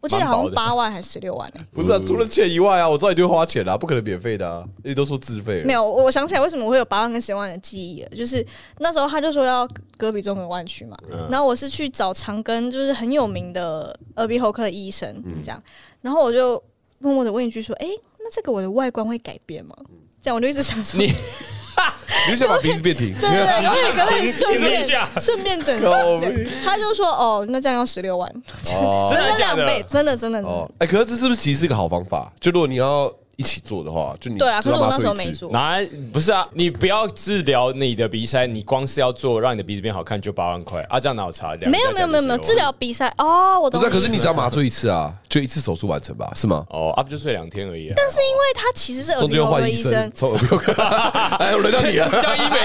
[SPEAKER 2] 我记得好像
[SPEAKER 3] 蛮薄的
[SPEAKER 2] 八万还是十六万、欸，
[SPEAKER 4] 不是
[SPEAKER 3] 嗯
[SPEAKER 4] 啊，除了钱以外啊，我知道你就会花钱啦，不可能免费的啊，你都说自费了
[SPEAKER 2] 没有，我我想起来为什么我会有八万跟十万的记忆了，就是
[SPEAKER 4] 嗯
[SPEAKER 2] 那时候他就说要戈比中跟湾区嘛，然后我是去找长庚，就是很有名的耳鼻喉科的医生
[SPEAKER 4] 嗯
[SPEAKER 2] 这样，然后我就默默的问一句说，哎、那这个我的外观会改变吗？
[SPEAKER 4] 嗯
[SPEAKER 2] 这样我就一直想说，
[SPEAKER 3] 你
[SPEAKER 4] 你就想把鼻子变挺，
[SPEAKER 2] *laughs* 对对对，然后可不可以顺
[SPEAKER 4] *laughs*
[SPEAKER 1] 停一下
[SPEAKER 2] 便顺便整容这样，他就说哦，那这样要十六万，
[SPEAKER 4] 哦
[SPEAKER 3] 真的假
[SPEAKER 2] 两
[SPEAKER 3] 的
[SPEAKER 2] 倍， *laughs* 真的真的真的
[SPEAKER 4] 哦，，哎，可是这是不是其实是一个好方法？就如果你要一起做的话，就你
[SPEAKER 2] 对啊，可
[SPEAKER 4] 就是让
[SPEAKER 2] 我
[SPEAKER 4] 妈
[SPEAKER 2] 那时候
[SPEAKER 4] 做一
[SPEAKER 2] 没
[SPEAKER 4] 次
[SPEAKER 2] 做，
[SPEAKER 3] 拿不是啊，你不要治疗你的鼻塞，你光是要做让你的鼻子变好看就八万块啊，这样哪有差？两个
[SPEAKER 2] 没有
[SPEAKER 3] 加起
[SPEAKER 2] 没
[SPEAKER 3] 来
[SPEAKER 2] 有没有
[SPEAKER 3] 就
[SPEAKER 2] 没有
[SPEAKER 3] 16
[SPEAKER 2] 治疗比赛哦，我
[SPEAKER 4] 不
[SPEAKER 2] 懂
[SPEAKER 4] 是啊，
[SPEAKER 2] 意思。
[SPEAKER 4] 可是你只要麻醉一次啊，就一次手术完成吧，是吗？
[SPEAKER 3] 哦啊，不就睡两天而已、啊。但是
[SPEAKER 2] 因为他其实是耳
[SPEAKER 4] 中
[SPEAKER 2] 鼻
[SPEAKER 4] 间又
[SPEAKER 2] 喉科
[SPEAKER 4] 换医
[SPEAKER 2] 医
[SPEAKER 4] 生
[SPEAKER 2] 生，，
[SPEAKER 4] 从耳鼻喉科，哎，轮到
[SPEAKER 2] *laughs*
[SPEAKER 4] 你了。
[SPEAKER 3] 像医美，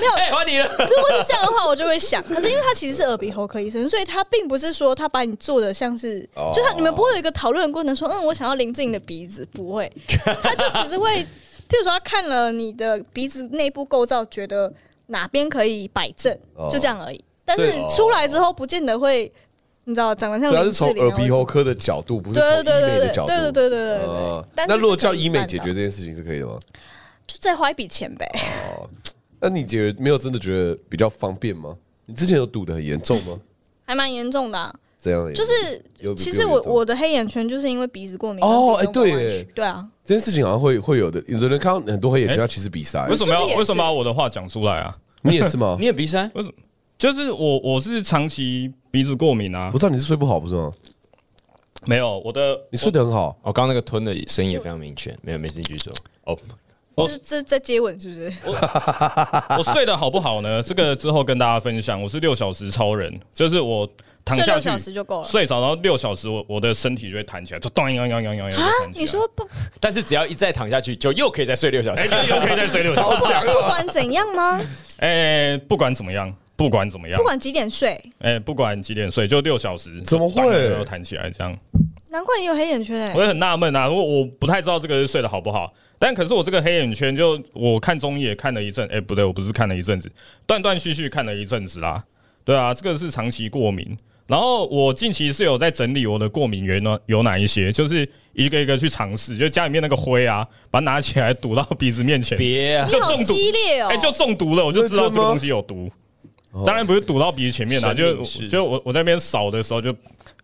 [SPEAKER 2] 没有
[SPEAKER 3] 哎，换你了。
[SPEAKER 2] 如果是这样的话，我就会想。可是因为他其实是耳鼻喉科医生，所以他并不是说他把你做的像是，
[SPEAKER 4] 哦
[SPEAKER 2] 就他你们不会有一个讨论的过程说，嗯，我想要临近你的鼻子，不
[SPEAKER 4] *laughs*
[SPEAKER 2] 会，他就只是会，譬如说他看了你的鼻子内部构造，觉得哪边可以摆正，
[SPEAKER 4] 哦
[SPEAKER 2] 就这样而已。但是
[SPEAKER 3] 所以
[SPEAKER 2] 你出来之后，不见得会，你知道长得像
[SPEAKER 4] 主要是
[SPEAKER 2] 林志
[SPEAKER 4] 从
[SPEAKER 2] 玲啊
[SPEAKER 4] 耳鼻喉
[SPEAKER 2] 或者
[SPEAKER 4] 科的角度，不是从
[SPEAKER 2] 什么。对对
[SPEAKER 4] 医美
[SPEAKER 2] 对
[SPEAKER 4] 的
[SPEAKER 2] 对
[SPEAKER 4] 角
[SPEAKER 2] 对
[SPEAKER 4] 度。
[SPEAKER 2] 对对对对对
[SPEAKER 4] 哦。
[SPEAKER 2] 但是
[SPEAKER 4] 那如果
[SPEAKER 2] 是可
[SPEAKER 4] 叫
[SPEAKER 2] 以
[SPEAKER 4] 医美
[SPEAKER 2] 办
[SPEAKER 4] 解
[SPEAKER 2] 到
[SPEAKER 4] 决这件事情是可以的吗？
[SPEAKER 2] 就再花一笔钱呗。
[SPEAKER 4] 那你觉得没有真的觉得比较方便吗？你之前有堵得很严重吗？
[SPEAKER 2] 还蛮严重的啊、
[SPEAKER 4] 这样的
[SPEAKER 2] 就
[SPEAKER 4] 严重有
[SPEAKER 2] 是
[SPEAKER 4] 比
[SPEAKER 2] 其
[SPEAKER 4] 比
[SPEAKER 2] 实
[SPEAKER 4] 我
[SPEAKER 2] 我
[SPEAKER 4] 严重
[SPEAKER 2] 我的黑眼圈就是因为鼻子过敏跟
[SPEAKER 4] 哦哎
[SPEAKER 2] 鼻窦
[SPEAKER 4] 对
[SPEAKER 2] 管弯曲
[SPEAKER 4] 耶
[SPEAKER 2] 对啊，
[SPEAKER 4] 这件事情好像会会有的。有的人看到很多黑眼圈，
[SPEAKER 1] 哎
[SPEAKER 4] 他其实鼻塞
[SPEAKER 1] 为，什么要
[SPEAKER 2] 是不是也是
[SPEAKER 1] 为什么把我的话讲出来啊？
[SPEAKER 4] 你也是
[SPEAKER 1] *laughs*
[SPEAKER 4] 吗？
[SPEAKER 3] 你也鼻塞？
[SPEAKER 1] 就是我我是长期鼻子过敏啊
[SPEAKER 4] 我，知道你是睡不好，不是吗？
[SPEAKER 1] 没有我的
[SPEAKER 4] 你睡得很好，
[SPEAKER 3] 哦我刚刚那个吞的声音也非常明显，没有，没事，你继续说。哦，
[SPEAKER 1] 哦
[SPEAKER 2] 这这在接吻是不是？
[SPEAKER 1] 我睡得好不好呢？ *laughs* 这个之后跟大家分享。我是六小时超人，就是我躺
[SPEAKER 2] 睡
[SPEAKER 1] 下
[SPEAKER 2] 六
[SPEAKER 1] 去
[SPEAKER 2] 小时就够了
[SPEAKER 1] 睡着，然后六小时我我的身体就会弹起来，就咚咚咚咚咚咚
[SPEAKER 2] 啊
[SPEAKER 1] 弹！起来。
[SPEAKER 2] 你说不 *laughs* 不
[SPEAKER 3] 但是只要一再躺下去，就又可以再睡六小时
[SPEAKER 1] 哎，。你又可以再睡六小时。
[SPEAKER 2] 管怎样
[SPEAKER 1] *laughs*
[SPEAKER 2] 吗？
[SPEAKER 1] 哎，不管怎么样，不管怎么样
[SPEAKER 2] 不，管几点睡，
[SPEAKER 1] 哎，不管几点睡，就六小时。
[SPEAKER 4] 怎么会
[SPEAKER 1] 又弹起来这样？
[SPEAKER 2] 难怪你有黑眼圈哎、
[SPEAKER 1] 我也很纳闷啊，我我不太知道这个睡得好不好。但可是我这个黑眼圈就，我看中医也看了一阵，哎、不对，我不是看了一阵子，断断续续看了一阵子啦。对啊，这个是长期过敏。然后我近期是有在整理我的过敏源呢，有哪一些，就是一个一个去尝试，就家里面那个灰啊，把它拿起来堵到鼻子面前，
[SPEAKER 3] 别啊，
[SPEAKER 2] 你
[SPEAKER 1] 就
[SPEAKER 2] 好
[SPEAKER 1] 中毒，
[SPEAKER 2] 激烈哦、
[SPEAKER 1] 哎、就中毒了，我就知道这个
[SPEAKER 4] 真的吗
[SPEAKER 1] 东西有毒。当然不是堵到鼻子前面啦，
[SPEAKER 3] 哦
[SPEAKER 1] 啊
[SPEAKER 3] 神
[SPEAKER 1] 就
[SPEAKER 3] 明是
[SPEAKER 1] 就我我在那边扫的时候就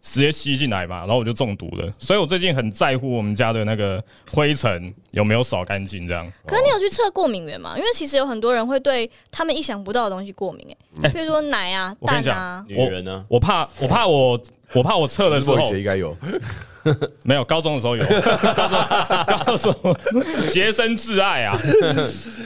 [SPEAKER 1] 直接吸进来嘛，然后我就中毒了。所以我最近很在乎我们家的那个灰尘有没有扫干净，这样。
[SPEAKER 2] 可是你有去测过敏源吗？因为其实有很多人会对他们意想不到的东西过敏哎、比如说奶啊、
[SPEAKER 1] 嗯我跟
[SPEAKER 2] 蛋
[SPEAKER 1] 你
[SPEAKER 2] 啊
[SPEAKER 1] 讲，，
[SPEAKER 3] 女人呢？
[SPEAKER 1] 我怕我怕我我怕我测了之
[SPEAKER 4] 我以
[SPEAKER 1] 后
[SPEAKER 4] 前应该有。 *laughs*
[SPEAKER 1] 没有，高中的时候有， *laughs* 高中高中洁身自爱
[SPEAKER 3] *laughs*
[SPEAKER 1] 啊，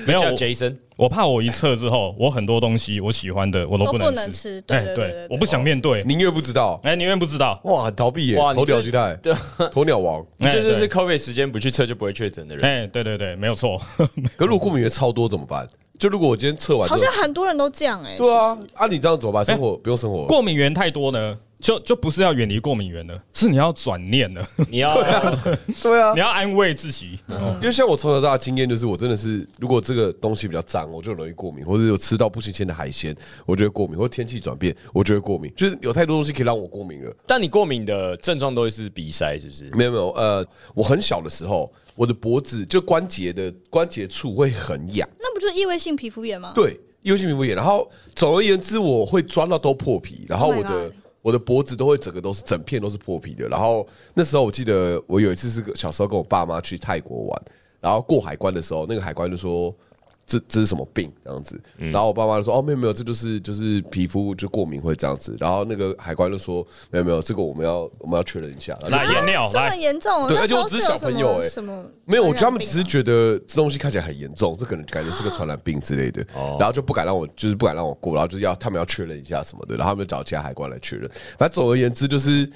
[SPEAKER 1] 没有
[SPEAKER 3] 叫
[SPEAKER 1] 我
[SPEAKER 3] Jason，
[SPEAKER 1] 我怕我一测之后，我很多东西我喜欢的我都
[SPEAKER 2] 都
[SPEAKER 1] 不
[SPEAKER 2] 不能吃对
[SPEAKER 1] 哎
[SPEAKER 2] 对对对
[SPEAKER 1] 对
[SPEAKER 2] 对，
[SPEAKER 1] 我不想面对，
[SPEAKER 4] 宁愿不知道，
[SPEAKER 1] 哎，你愿不知道。
[SPEAKER 4] 哇，很逃避耶，
[SPEAKER 3] 哇你
[SPEAKER 4] 鸵鸟
[SPEAKER 3] 这
[SPEAKER 4] 心态， *laughs*
[SPEAKER 3] 对
[SPEAKER 4] 鸵鸟王。
[SPEAKER 1] 哎
[SPEAKER 3] 这就
[SPEAKER 1] 对
[SPEAKER 3] 是 COVID 时间不去测就不会确诊的人。
[SPEAKER 1] 哎、对对对，没有错。 *laughs*
[SPEAKER 4] 可如果过敏源超多怎么办？就如果我今天测完之
[SPEAKER 2] 好
[SPEAKER 4] 后，
[SPEAKER 2] 像很多人都这样哎、
[SPEAKER 4] 对啊，啊，你这样怎么办？生活不用生活，
[SPEAKER 1] 过敏源太多呢，就就不是要远离过敏源了，是你要转念了，
[SPEAKER 3] 你要 *laughs*
[SPEAKER 4] 对啊
[SPEAKER 1] *laughs* 你，要安慰自己。哦
[SPEAKER 4] 因为像我从小到大的经验就是，我真的是如果这个东西比较脏，我就很容易过敏，或者有吃到不新鲜的海鲜，我就会过敏，或者天气转变，我就会过敏，就是有太多东西可以让我过敏了。
[SPEAKER 3] 但你过敏的症状都会是鼻塞，是不是？
[SPEAKER 4] 没有没有，呃，我很小的时候，我的脖子就关节的关节处会很痒，
[SPEAKER 2] 那不就是异位性皮肤炎吗？
[SPEAKER 4] 对，优性皮肤炎。然后总而言之，我会钻到都破皮，然后
[SPEAKER 2] Oh my
[SPEAKER 4] 我的
[SPEAKER 2] God
[SPEAKER 4] 我的脖子都会整个都是整片都是破皮的。然后那时候我记得我有一次是个小时候跟我爸妈去泰国玩，然后过海关的时候，那个海关就说这这是什么病这样子。然后我爸妈就说哦没有没有，这就是就是皮肤就过敏会这样子。然后那个海关就说没有没有，这个我们要我们要确认一下。然后就
[SPEAKER 1] 来验啊尿
[SPEAKER 2] 这么
[SPEAKER 1] 来，
[SPEAKER 2] 严重？
[SPEAKER 4] 对
[SPEAKER 2] 那
[SPEAKER 4] 而且我
[SPEAKER 2] 时候
[SPEAKER 4] 只是
[SPEAKER 2] 有
[SPEAKER 4] 小
[SPEAKER 2] 什
[SPEAKER 4] 朋
[SPEAKER 2] 么
[SPEAKER 4] 友欸
[SPEAKER 2] 什么
[SPEAKER 4] 没有，我觉得他
[SPEAKER 2] 传染
[SPEAKER 4] 们
[SPEAKER 2] 病
[SPEAKER 4] 只是
[SPEAKER 2] 啊
[SPEAKER 4] 觉得这东西看起来很严重，这可能感觉是个传染病之类的，然后就不敢让我，就是不敢让我过，然后就是要他们要确认一下什么的，然后他们就找其他海关来确认。反正总而言之就是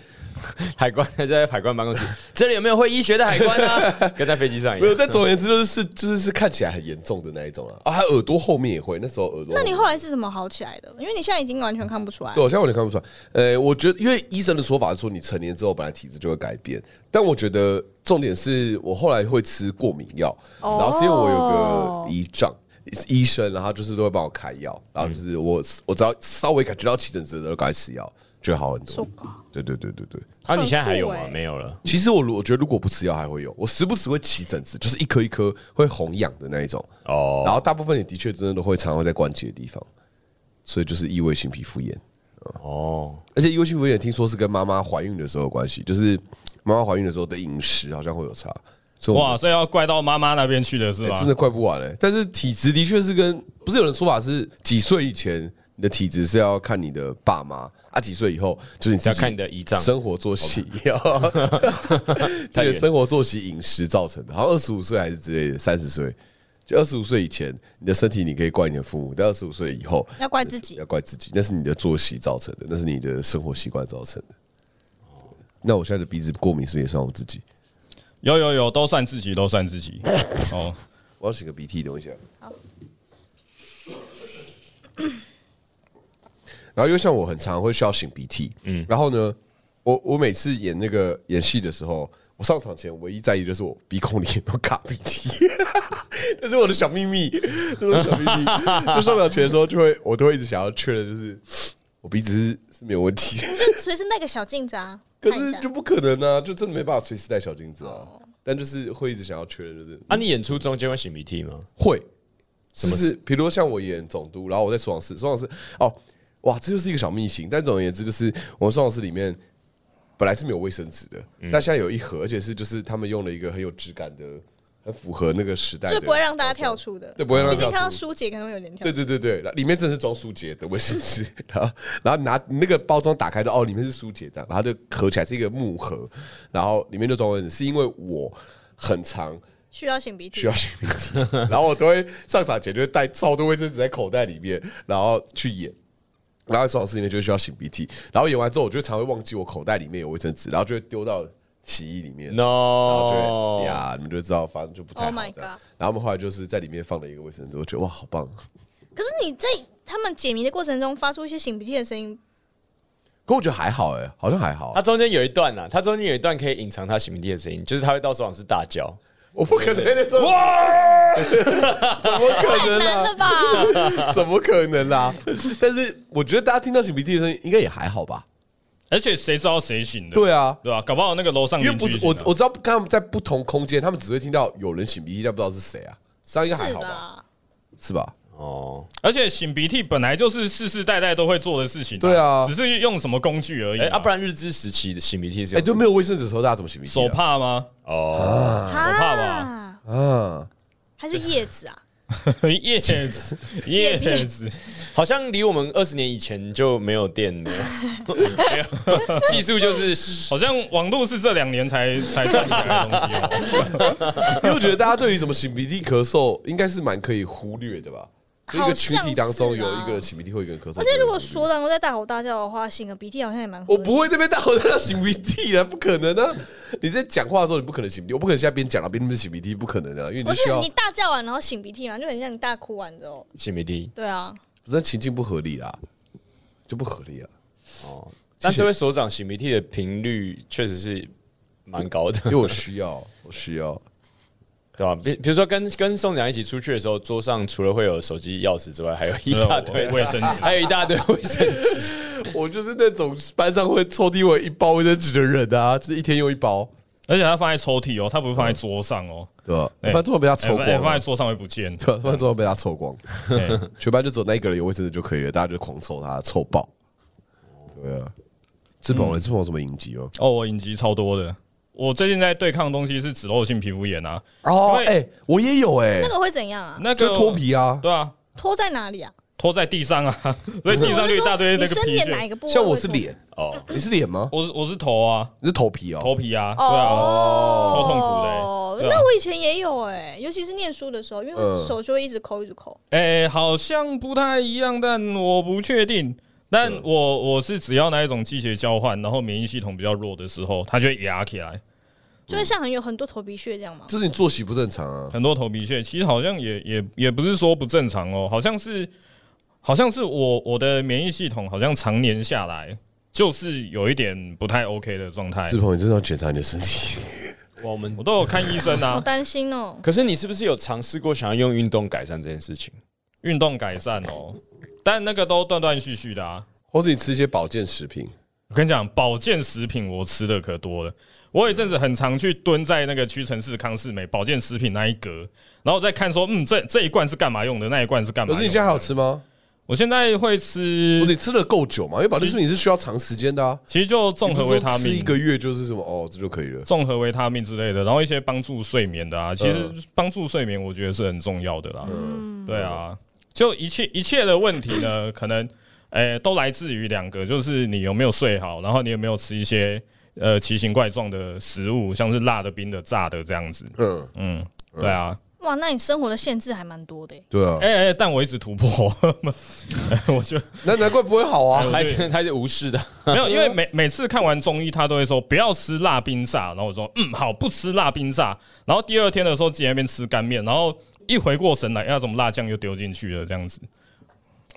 [SPEAKER 3] 海关在海关办公室，这里有没有会医学的海关 *laughs* 啊？跟在飞机上一
[SPEAKER 4] 没有，
[SPEAKER 3] 样。
[SPEAKER 4] 但总而言之就是是就是是看起来很严重的那一种啊。啊，还有耳朵后面也会，那时候耳朵。
[SPEAKER 2] 那你后来是怎么好起来的？因为你现在已经完全看不出来
[SPEAKER 4] 对，。我现在完全看不出来。呃，我觉得，因为医生的说法是说，你成年之后本来体质就会改变，但我觉得重点是我后来会吃过敏药，
[SPEAKER 2] 哦
[SPEAKER 4] 然后是因为我有个胰脏。医生，然后就是都会帮我开药，然后就是我我只要稍微感觉到起疹子的时候，赶快吃药，就会好很多
[SPEAKER 2] 说吧。
[SPEAKER 4] 对对对对对，
[SPEAKER 3] 啊，你现在还有
[SPEAKER 2] 很
[SPEAKER 3] 吗
[SPEAKER 2] 酷？欸
[SPEAKER 3] 没有了。
[SPEAKER 4] 其实我如我觉得如果不吃药还会有，我时不时会起疹子，就是一颗一颗会红痒的那一种。
[SPEAKER 3] 哦，
[SPEAKER 4] 然后大部分也的确真的都会常会在关节的地方，所以就是异位性皮肤炎。
[SPEAKER 3] 哦，
[SPEAKER 4] 而且异位性皮肤炎听说是跟妈妈怀孕的时候有关系，就是妈妈怀孕的时候的饮食好像会有差。所以我
[SPEAKER 1] 哇，所以要怪到妈妈那边去了是
[SPEAKER 4] 哎
[SPEAKER 1] 吧
[SPEAKER 4] 真？的怪不完哎、但是体质的确是跟不是有人说法是几岁以前你的体质是要看你的爸妈啊，几岁以后就是你自己
[SPEAKER 3] 要看你的胰脏
[SPEAKER 4] 生活作息，就
[SPEAKER 3] 太
[SPEAKER 4] *laughs* 你的
[SPEAKER 3] 远
[SPEAKER 4] 生活作息、饮食造成的。好像二十五岁还是之类的，三十岁就二十五岁以前，你的身体你可以怪你的父母，但二十五岁以后
[SPEAKER 2] 要怪自己
[SPEAKER 4] 要怪自己，那是你的作息造成的，那是你的生活习惯造成的。那我现在的鼻子过敏是不是也算我自己？
[SPEAKER 1] 有有有，都算自己，都算自己。
[SPEAKER 4] *laughs*
[SPEAKER 1] 哦，
[SPEAKER 4] 我要擤个鼻涕，等我一下。 *coughs* 然后又像我很常会需要擤鼻涕，嗯，然后呢，我我每次演那个演戏的时候，我上场前唯一在意就是我鼻孔里有没有卡鼻涕， *laughs* 这是我的小秘密，这是我的小秘密。就上场前的时候，就会我都会一直想要确认，就是我鼻子是是没有
[SPEAKER 2] *laughs*
[SPEAKER 4] 问题的。
[SPEAKER 2] 就随身带个小镜子啊，
[SPEAKER 4] *laughs* 可
[SPEAKER 2] 看一
[SPEAKER 4] 是
[SPEAKER 2] 下哦
[SPEAKER 4] 就不可能啊，就真的没办法随时带小镜子啊。但就是会一直想要确认，就是
[SPEAKER 3] 啊，你演出中间会擤鼻涕吗？
[SPEAKER 4] 会，就是比如说像我演总督，然后我在说谎室，说谎室哦，哇，这就是一个小秘辛。但总而言之，就是我们说谎室里面本来是没有卫生纸的，但现在有一盒，而且是就是他们用了一个很有质感的，很符合那个时代的，
[SPEAKER 2] 就不会让大家跳出的。
[SPEAKER 4] 对不会让
[SPEAKER 2] 毕
[SPEAKER 4] 它
[SPEAKER 2] 竟
[SPEAKER 4] 跳
[SPEAKER 2] 看到
[SPEAKER 4] 出
[SPEAKER 2] 舒姐可能会有点跳
[SPEAKER 4] 对。对对对，然后里面真的是装舒洁的卫生纸， *laughs* 然后然后拿那个包装打开的，哦，里面是舒洁的，然后就合起来是一个木盒，然后里面就装卫生纸，是因为我很长
[SPEAKER 2] 需要擤鼻涕
[SPEAKER 4] 需要，擤鼻涕，然后我都会上场前就会带超多卫生纸在口袋里面，然后去演。然后在老师里面就需要擤鼻涕，然后演完之后，我就常会忘记我口袋里面有卫生纸，然后就会丢到洗衣里面。然后就会
[SPEAKER 3] No，
[SPEAKER 4] 呀，你们就知道，反正就不太
[SPEAKER 2] Oh
[SPEAKER 4] 好
[SPEAKER 2] my
[SPEAKER 4] 这样
[SPEAKER 2] god。
[SPEAKER 4] 然后我们后来就是在里面放了一个卫生纸，我觉得哇，好棒！啊
[SPEAKER 2] 可是你在他们解谜的过程中发出一些擤鼻涕的声音，
[SPEAKER 4] 可我觉得还好哎，好像还好
[SPEAKER 3] 它。中间有一段呐，它中间有一段可以隐藏它擤鼻涕的声音，就是它会到手往是大叫。
[SPEAKER 4] 我不可能那时候，怎么可
[SPEAKER 2] 太
[SPEAKER 4] 能
[SPEAKER 2] 难
[SPEAKER 4] 啦？
[SPEAKER 2] 了吧？
[SPEAKER 4] *laughs* 怎么可能啦？ *laughs* 但是我觉得大家听到擤鼻涕的声音，应该也还好吧？
[SPEAKER 1] 而且谁知道谁醒的？
[SPEAKER 4] 对啊，
[SPEAKER 1] 对吧？搞不好那个楼上
[SPEAKER 4] 因为
[SPEAKER 1] 邻
[SPEAKER 4] 不
[SPEAKER 1] 居
[SPEAKER 4] 是
[SPEAKER 1] 醒
[SPEAKER 4] 我
[SPEAKER 1] 了
[SPEAKER 4] 我知道跟他们在不同空间，他们只会听到有人擤鼻涕，但不知道是谁啊，这样应该还
[SPEAKER 2] 是
[SPEAKER 4] 好吧？
[SPEAKER 2] 吧？
[SPEAKER 4] 是吧？
[SPEAKER 3] 哦，
[SPEAKER 1] 而且擤鼻涕本来就是世世代代都会做的事情、
[SPEAKER 4] 对啊
[SPEAKER 1] 只是用什么工具而已嘛。
[SPEAKER 3] 哎，啊，不然日治时期的擤鼻涕是
[SPEAKER 4] 哎，
[SPEAKER 3] 用
[SPEAKER 4] 都没有卫生纸的时候，大家怎么擤鼻涕啊？
[SPEAKER 1] 哎手帕吗？
[SPEAKER 3] 哦，
[SPEAKER 2] 手
[SPEAKER 1] 怕啊吧
[SPEAKER 4] 嗯，
[SPEAKER 2] 啊还是叶子
[SPEAKER 4] *laughs*
[SPEAKER 2] 啊？
[SPEAKER 1] 叶子，叶
[SPEAKER 2] 叶
[SPEAKER 1] 子，
[SPEAKER 3] 好像离我们二十年以前就没有电了，技术就是
[SPEAKER 1] 好像网络是这两年才才串起来的东西哦。
[SPEAKER 4] *laughs* 因为我觉得大家对于什么擤鼻涕、咳嗽，应该是蛮可以忽略的吧？就一个群体当中
[SPEAKER 2] 好像是
[SPEAKER 4] 有
[SPEAKER 2] 啊
[SPEAKER 4] 一个人擤鼻涕，或一个人咳嗽。
[SPEAKER 2] 而且如果说到我在大吼大叫的话，擤个鼻涕好像也蛮合
[SPEAKER 4] 我
[SPEAKER 2] 理……
[SPEAKER 4] 不会这边大吼大叫擤鼻涕啊，不可能啊！你在讲话的时候，你不可能擤鼻涕，我不可能现在边讲然后边那边擤鼻涕，不可能啊！因为你
[SPEAKER 2] 不
[SPEAKER 4] 就需
[SPEAKER 2] 是
[SPEAKER 4] 要
[SPEAKER 2] 你，大叫完然后擤鼻涕嘛，就很像你大哭完之后。
[SPEAKER 3] 擤鼻涕
[SPEAKER 2] 对啊，
[SPEAKER 4] 不是情境不合理啊，就不合理啊。
[SPEAKER 3] 哦。但这位所长擤鼻涕的频率确实是蛮高的
[SPEAKER 4] 因，为我需要，我需要。
[SPEAKER 3] 对吧？比比如说跟跟宋蒋一起出去的时候，桌上除了会有手机、钥匙之外，还有一大堆
[SPEAKER 1] 卫生纸
[SPEAKER 3] 还有一大堆卫生纸。
[SPEAKER 4] *laughs* 我就是那种班上会抽屉我一包卫生纸的人啊，就是一天用一包，
[SPEAKER 1] 而且它放在抽屉哦，它不是放在桌上哦，
[SPEAKER 4] 对啊吧？
[SPEAKER 1] 哎
[SPEAKER 4] 班突然被他嗯抽
[SPEAKER 1] 哎
[SPEAKER 4] 光
[SPEAKER 1] 放在
[SPEAKER 4] 了，
[SPEAKER 1] 桌上会不见。
[SPEAKER 4] 对，啊班突然被他抽光，
[SPEAKER 1] 哎
[SPEAKER 4] *laughs* 全班就只有那一个人有卫生纸就可以了，大家就狂抽他，抽爆。对啊，志鹏呢？志鹏有什么影集哦？
[SPEAKER 1] 哦，我影集超多的，我最近在对抗的东西是脂漏性皮肤炎啊，
[SPEAKER 4] 哦，
[SPEAKER 1] 因为
[SPEAKER 4] 哎，我也有哎
[SPEAKER 2] 那，个会怎样啊？
[SPEAKER 1] 那个
[SPEAKER 4] 就脱，皮啊。
[SPEAKER 1] 对啊，
[SPEAKER 2] 脱在哪里啊？
[SPEAKER 1] 拖在地
[SPEAKER 4] *laughs*
[SPEAKER 1] 上啊，所以
[SPEAKER 2] 不是，
[SPEAKER 1] 地
[SPEAKER 2] 我
[SPEAKER 1] 上就是一
[SPEAKER 2] 说
[SPEAKER 1] 大堆
[SPEAKER 2] 你
[SPEAKER 1] 那个
[SPEAKER 2] 身
[SPEAKER 1] 皮
[SPEAKER 2] 体的
[SPEAKER 1] 屑。
[SPEAKER 2] 哪一个部位？
[SPEAKER 4] 像我是，脸哦，你是脸吗？
[SPEAKER 1] 我是我是头啊，
[SPEAKER 4] 你是头皮哦。
[SPEAKER 1] 头皮啊，对啊，
[SPEAKER 2] 哦，
[SPEAKER 1] 超痛苦的欸对啊
[SPEAKER 2] 那我以前也有哎，尤其是念书的时候，因为
[SPEAKER 4] 嗯
[SPEAKER 2] 我手就会一直抠，一直抠。
[SPEAKER 1] 哎，好像不太一样，但我不确定。但
[SPEAKER 4] 嗯
[SPEAKER 1] 我我是只要那一种季节交换，然后免疫系统比较弱的时候，它就会压起来，
[SPEAKER 2] 就会像很有很多头皮屑这样吗？
[SPEAKER 4] 就是你作息不正常啊。
[SPEAKER 1] 很多头皮屑。其实好像也也也不是说不正常哦，好像是好像是我我的免疫系统好像常年下来就是有一点不太 OK 的状态
[SPEAKER 4] 志。鹏，你真的要检查你的身体。
[SPEAKER 3] 我们
[SPEAKER 1] 我都有看医生
[SPEAKER 2] 好
[SPEAKER 1] 啊，
[SPEAKER 2] 担心哦。
[SPEAKER 3] 可是你是不是有尝试过想要用运动改善这件事情？
[SPEAKER 1] 运动改善哦，但那个都断断续续的啊。
[SPEAKER 4] *laughs* 或者你吃一些保健食品，
[SPEAKER 1] 我跟你讲，保健食品我吃的可多了。我有一阵子很常去蹲在那个屈臣氏、康士美保健食品那一格，然后再看说，嗯，这这一罐是干嘛用的，那一罐是干嘛用
[SPEAKER 4] 可是
[SPEAKER 1] 的
[SPEAKER 4] 你现在还有吃吗？
[SPEAKER 1] 我现在会
[SPEAKER 4] 或者
[SPEAKER 1] 吃，
[SPEAKER 4] 你吃的够久嘛？因为保健食品是需要长时间的啊。
[SPEAKER 1] 其实就综合维他
[SPEAKER 4] 你不是说吃
[SPEAKER 1] 命啊
[SPEAKER 4] 一、个月就是什么哦，这就可以了。
[SPEAKER 1] 综合维他命之类的，然后一些帮助睡眠的啊。其实帮助睡眠，我觉得是很重要的啦。对啊，就一切一切的问题呢， *laughs* 可能诶、都来自于两个，就是你有没有睡好，然后你有没有吃一些呃奇形怪状的食物，像是辣的、冰的、炸的这样子。
[SPEAKER 4] 嗯，
[SPEAKER 1] 嗯，对啊，
[SPEAKER 2] 哇，那你生活的限制还蛮多的欸。
[SPEAKER 4] 对啊
[SPEAKER 1] 哎、，哎、但我一直突破， *laughs* 我就
[SPEAKER 4] 那难怪不会好
[SPEAKER 1] *laughs*
[SPEAKER 3] *laughs*
[SPEAKER 1] 哦
[SPEAKER 4] 啊。
[SPEAKER 3] 还是还是无视的？
[SPEAKER 1] 没有，因为每每次看完中医，他都会说不要吃辣冰炸，然后我说嗯好，不吃辣冰炸。然后第二天的时候，自己在那边吃干面，然后一回过神来，要怎么辣酱又丢进去了，这样子。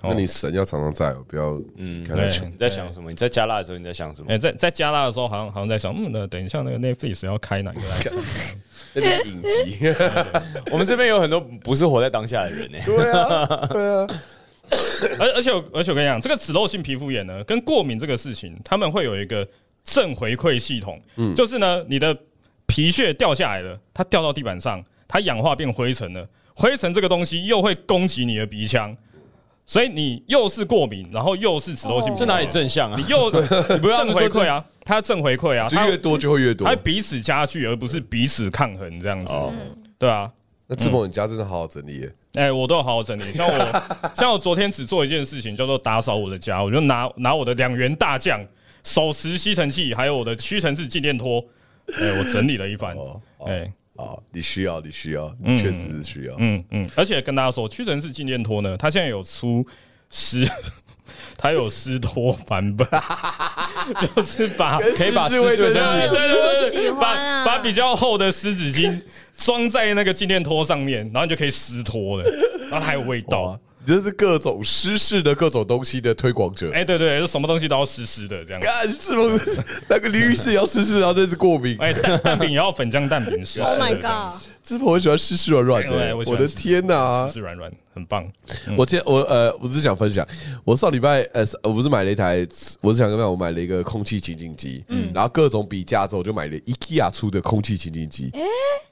[SPEAKER 4] 那你神要常常在哦，不要嗯，看他
[SPEAKER 1] 对
[SPEAKER 4] 穷。
[SPEAKER 3] 你在想什么？你在加辣的时候你在想什
[SPEAKER 1] 哎、
[SPEAKER 3] 么？
[SPEAKER 1] 在在加辣的时候，好像好像在想，嗯，那等一下那个 Netflix 要开哪个来着？
[SPEAKER 4] 那边
[SPEAKER 1] *laughs*
[SPEAKER 4] 影集。
[SPEAKER 3] 我们这边有很多不是活在当下的人呢。欸
[SPEAKER 4] 对啊，对啊，
[SPEAKER 1] 而而且我而且我跟你讲，这个脂漏性皮肤炎呢，跟过敏这个事情，他们会有一个正回馈系统，
[SPEAKER 4] 嗯
[SPEAKER 1] 就是呢，你的皮屑掉下来了，它掉到地板上，它氧化变灰尘了，灰尘这个东西又会攻击你的鼻腔，所以你又是过敏，然后又是脂漏性皮肤
[SPEAKER 3] 这
[SPEAKER 1] 炎，
[SPEAKER 3] 哪里正向啊
[SPEAKER 1] 你？
[SPEAKER 3] *laughs*
[SPEAKER 1] 又你
[SPEAKER 3] 不要
[SPEAKER 1] 正回
[SPEAKER 3] 说 *laughs*
[SPEAKER 1] 馈啊，它正回馈啊，
[SPEAKER 4] 就
[SPEAKER 1] 它
[SPEAKER 4] 越多就会越多
[SPEAKER 1] 它。彼此加剧，而不是彼此抗衡这样子，
[SPEAKER 3] 哦
[SPEAKER 1] 对啊。
[SPEAKER 4] 那志鹏，你家真的好好整理耶。
[SPEAKER 1] 哎、我都有好好整理。像
[SPEAKER 2] *laughs*
[SPEAKER 1] 我，像我昨天只做一件事情，叫做打扫我的家。我就拿拿我的两元大酱、手持吸尘器，还有我的屈臣氏静电拖，哎、我整理了一番。哎、
[SPEAKER 4] 哦哦，你需要，你需要，你确实是需要。
[SPEAKER 1] 嗯嗯，而且跟大家说，屈臣氏静电拖呢，它现在有出湿，它有湿拖版本， *laughs* 就是把
[SPEAKER 3] 可以把
[SPEAKER 4] 是会
[SPEAKER 3] 湿
[SPEAKER 4] 真
[SPEAKER 3] 水
[SPEAKER 4] 的
[SPEAKER 3] 生
[SPEAKER 2] 哎
[SPEAKER 1] 对
[SPEAKER 2] 呦
[SPEAKER 1] 对对
[SPEAKER 2] 我
[SPEAKER 1] 对，
[SPEAKER 2] 喜欢啊
[SPEAKER 1] 把把比较厚的湿纸巾装在那个静电拖上面，然后你就可以湿拖了，然后它还有味道
[SPEAKER 4] 哇。啊你这是各种失事的各种东西的推广者。
[SPEAKER 1] 哎、对对，就什么东西都要湿湿的
[SPEAKER 2] *laughs*
[SPEAKER 1] 这样子。
[SPEAKER 4] 干是不是那个律师也要试试，然后那是过敏。
[SPEAKER 1] 哎、蛋蛋饼也要粉浆蛋饼湿
[SPEAKER 2] Oh
[SPEAKER 1] 湿
[SPEAKER 2] *laughs* my
[SPEAKER 1] 的，
[SPEAKER 2] god！
[SPEAKER 4] 志鹏很喜欢湿湿软软
[SPEAKER 1] 哎
[SPEAKER 4] 的，
[SPEAKER 1] 我也喜
[SPEAKER 4] 我
[SPEAKER 1] 欢
[SPEAKER 4] 的
[SPEAKER 1] 湿
[SPEAKER 4] 天哪
[SPEAKER 1] 湿！湿软软，很棒。
[SPEAKER 4] 我今天我呃，我只是想分享，我上礼拜呃，我不是买了一台，我是想跟你讲，我买了一个空气清净机，嗯，然后各种比价之后，我就买了 IKEA 出的空气清净机，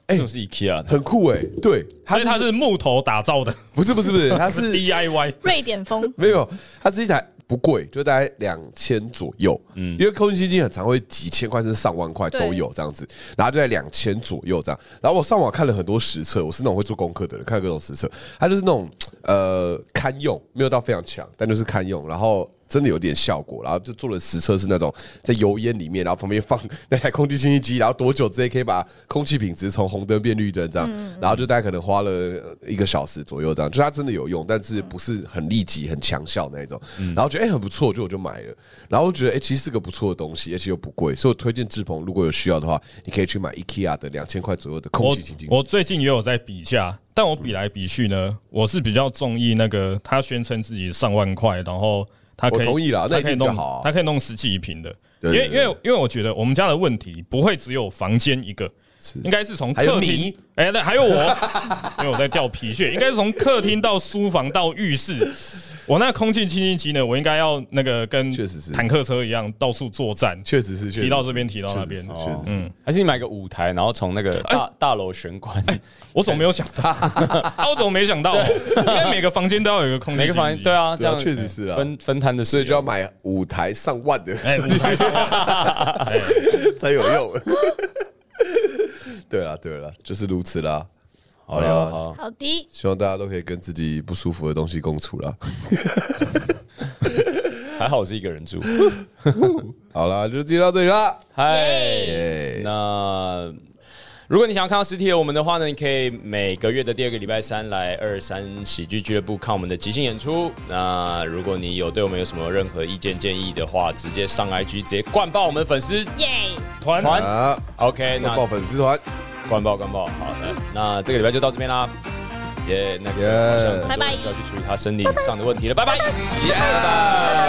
[SPEAKER 3] 哎，这是 IKEA 的。
[SPEAKER 4] 很酷哎、对，
[SPEAKER 1] 所以它是木头打造
[SPEAKER 2] *laughs*
[SPEAKER 1] 的
[SPEAKER 4] 不是不是不是，
[SPEAKER 1] *laughs*
[SPEAKER 4] 它是
[SPEAKER 1] DIY，
[SPEAKER 2] 瑞典风
[SPEAKER 4] *laughs* 没有，它是一台不贵，就大概两千左右。嗯，因为空气清净很常会几千块甚至上万块
[SPEAKER 2] 对
[SPEAKER 4] 都有这样子，然后就在两千左右这样。然后我上网看了很多实测，我是那种会做功课的人，看各种实测，它就是那种呃堪用，没有到非常强，但就是堪用，然后。真的有点效果，然后就做了实测，是那种在油烟里面，然后旁边放那台空气清新机，然后多久之内可以把空气品质从红灯变绿灯这样，然后就大概可能花了呃一个小时左右这样，就它真的有用，但是不是很立即、很强效那一种。然后觉得哎、很不错，就我就买了，然后觉得哎、其实是个不错的东西，而且又不贵，所以我推荐志鹏，如果有需要的话，你可以去买 IKEA 的两千块左右的空
[SPEAKER 1] 我
[SPEAKER 4] 气清新机。嗯
[SPEAKER 1] 我最近也有在比价，但我比来比去呢，我是比较中意那个他宣称自己上万块，然后他可以
[SPEAKER 4] 我同意啦
[SPEAKER 1] 他
[SPEAKER 4] 那一
[SPEAKER 1] 可以
[SPEAKER 4] 定比较
[SPEAKER 1] 弄
[SPEAKER 4] 好啊
[SPEAKER 1] 他可以弄十几瓶的，因
[SPEAKER 4] 对
[SPEAKER 1] 为
[SPEAKER 4] 对
[SPEAKER 1] 因
[SPEAKER 4] 对
[SPEAKER 1] 为因为我觉得我们家的问题不会只有房间一个。应该是从
[SPEAKER 4] 还有
[SPEAKER 1] 客厅
[SPEAKER 4] 你，
[SPEAKER 1] 哎，那还有我， *laughs* 因为我在掉皮屑，应该是从客厅到书房到浴室。我那空气清新机呢，我应该要那个跟
[SPEAKER 4] 确实是
[SPEAKER 1] 坦克车一样到处作战，
[SPEAKER 4] 确实是，确实是
[SPEAKER 1] 提到这边提到那边
[SPEAKER 4] 确实是确实是
[SPEAKER 3] 嗯还是你买个舞台，然后从那个
[SPEAKER 4] 哎
[SPEAKER 3] 大大楼玄关，
[SPEAKER 1] 我怎么没有想到？ *laughs* 啊，我怎么没想到？应该每个房间都要有一个空气
[SPEAKER 3] 每个
[SPEAKER 1] 净化
[SPEAKER 3] 房
[SPEAKER 1] 器
[SPEAKER 3] 间对。啊，这
[SPEAKER 4] 对啊
[SPEAKER 3] 样
[SPEAKER 4] 确实是啊
[SPEAKER 3] 分分摊的
[SPEAKER 4] 所
[SPEAKER 3] 事
[SPEAKER 4] 以就要买 *laughs* 五台上万的
[SPEAKER 1] *laughs* 哎，舞台上
[SPEAKER 4] 才有用。对啦对啦，就是如此啦。
[SPEAKER 3] 好
[SPEAKER 4] 啊
[SPEAKER 3] 聊好，
[SPEAKER 2] 好的，
[SPEAKER 4] 希望大家都可以跟自己不舒服的东西共处啦。
[SPEAKER 3] 还好我是一个人
[SPEAKER 4] *laughs*
[SPEAKER 3] 住。
[SPEAKER 4] 好啦，就介绍到这里啦。
[SPEAKER 3] 嗨，
[SPEAKER 4] 耶，
[SPEAKER 3] 那如果你想要看到实体的我们的话呢，你可以每个月的第二个礼拜三来二三喜剧俱乐部看我们的即兴演出。那如果你有对我们有什么任何意见建议的话，直接上 IG 直接灌爆我们的粉丝
[SPEAKER 2] 耶、
[SPEAKER 1] 团
[SPEAKER 3] 团
[SPEAKER 4] 啊，
[SPEAKER 3] OK，那
[SPEAKER 4] 那报粉丝团，
[SPEAKER 3] 灌爆灌爆，好的，那这个礼拜就到这边啦。耶、那个好
[SPEAKER 4] Yeah
[SPEAKER 3] 像很多人
[SPEAKER 2] 拜拜
[SPEAKER 3] 是要去处理他生理上的问题了，拜拜。
[SPEAKER 4] 耶。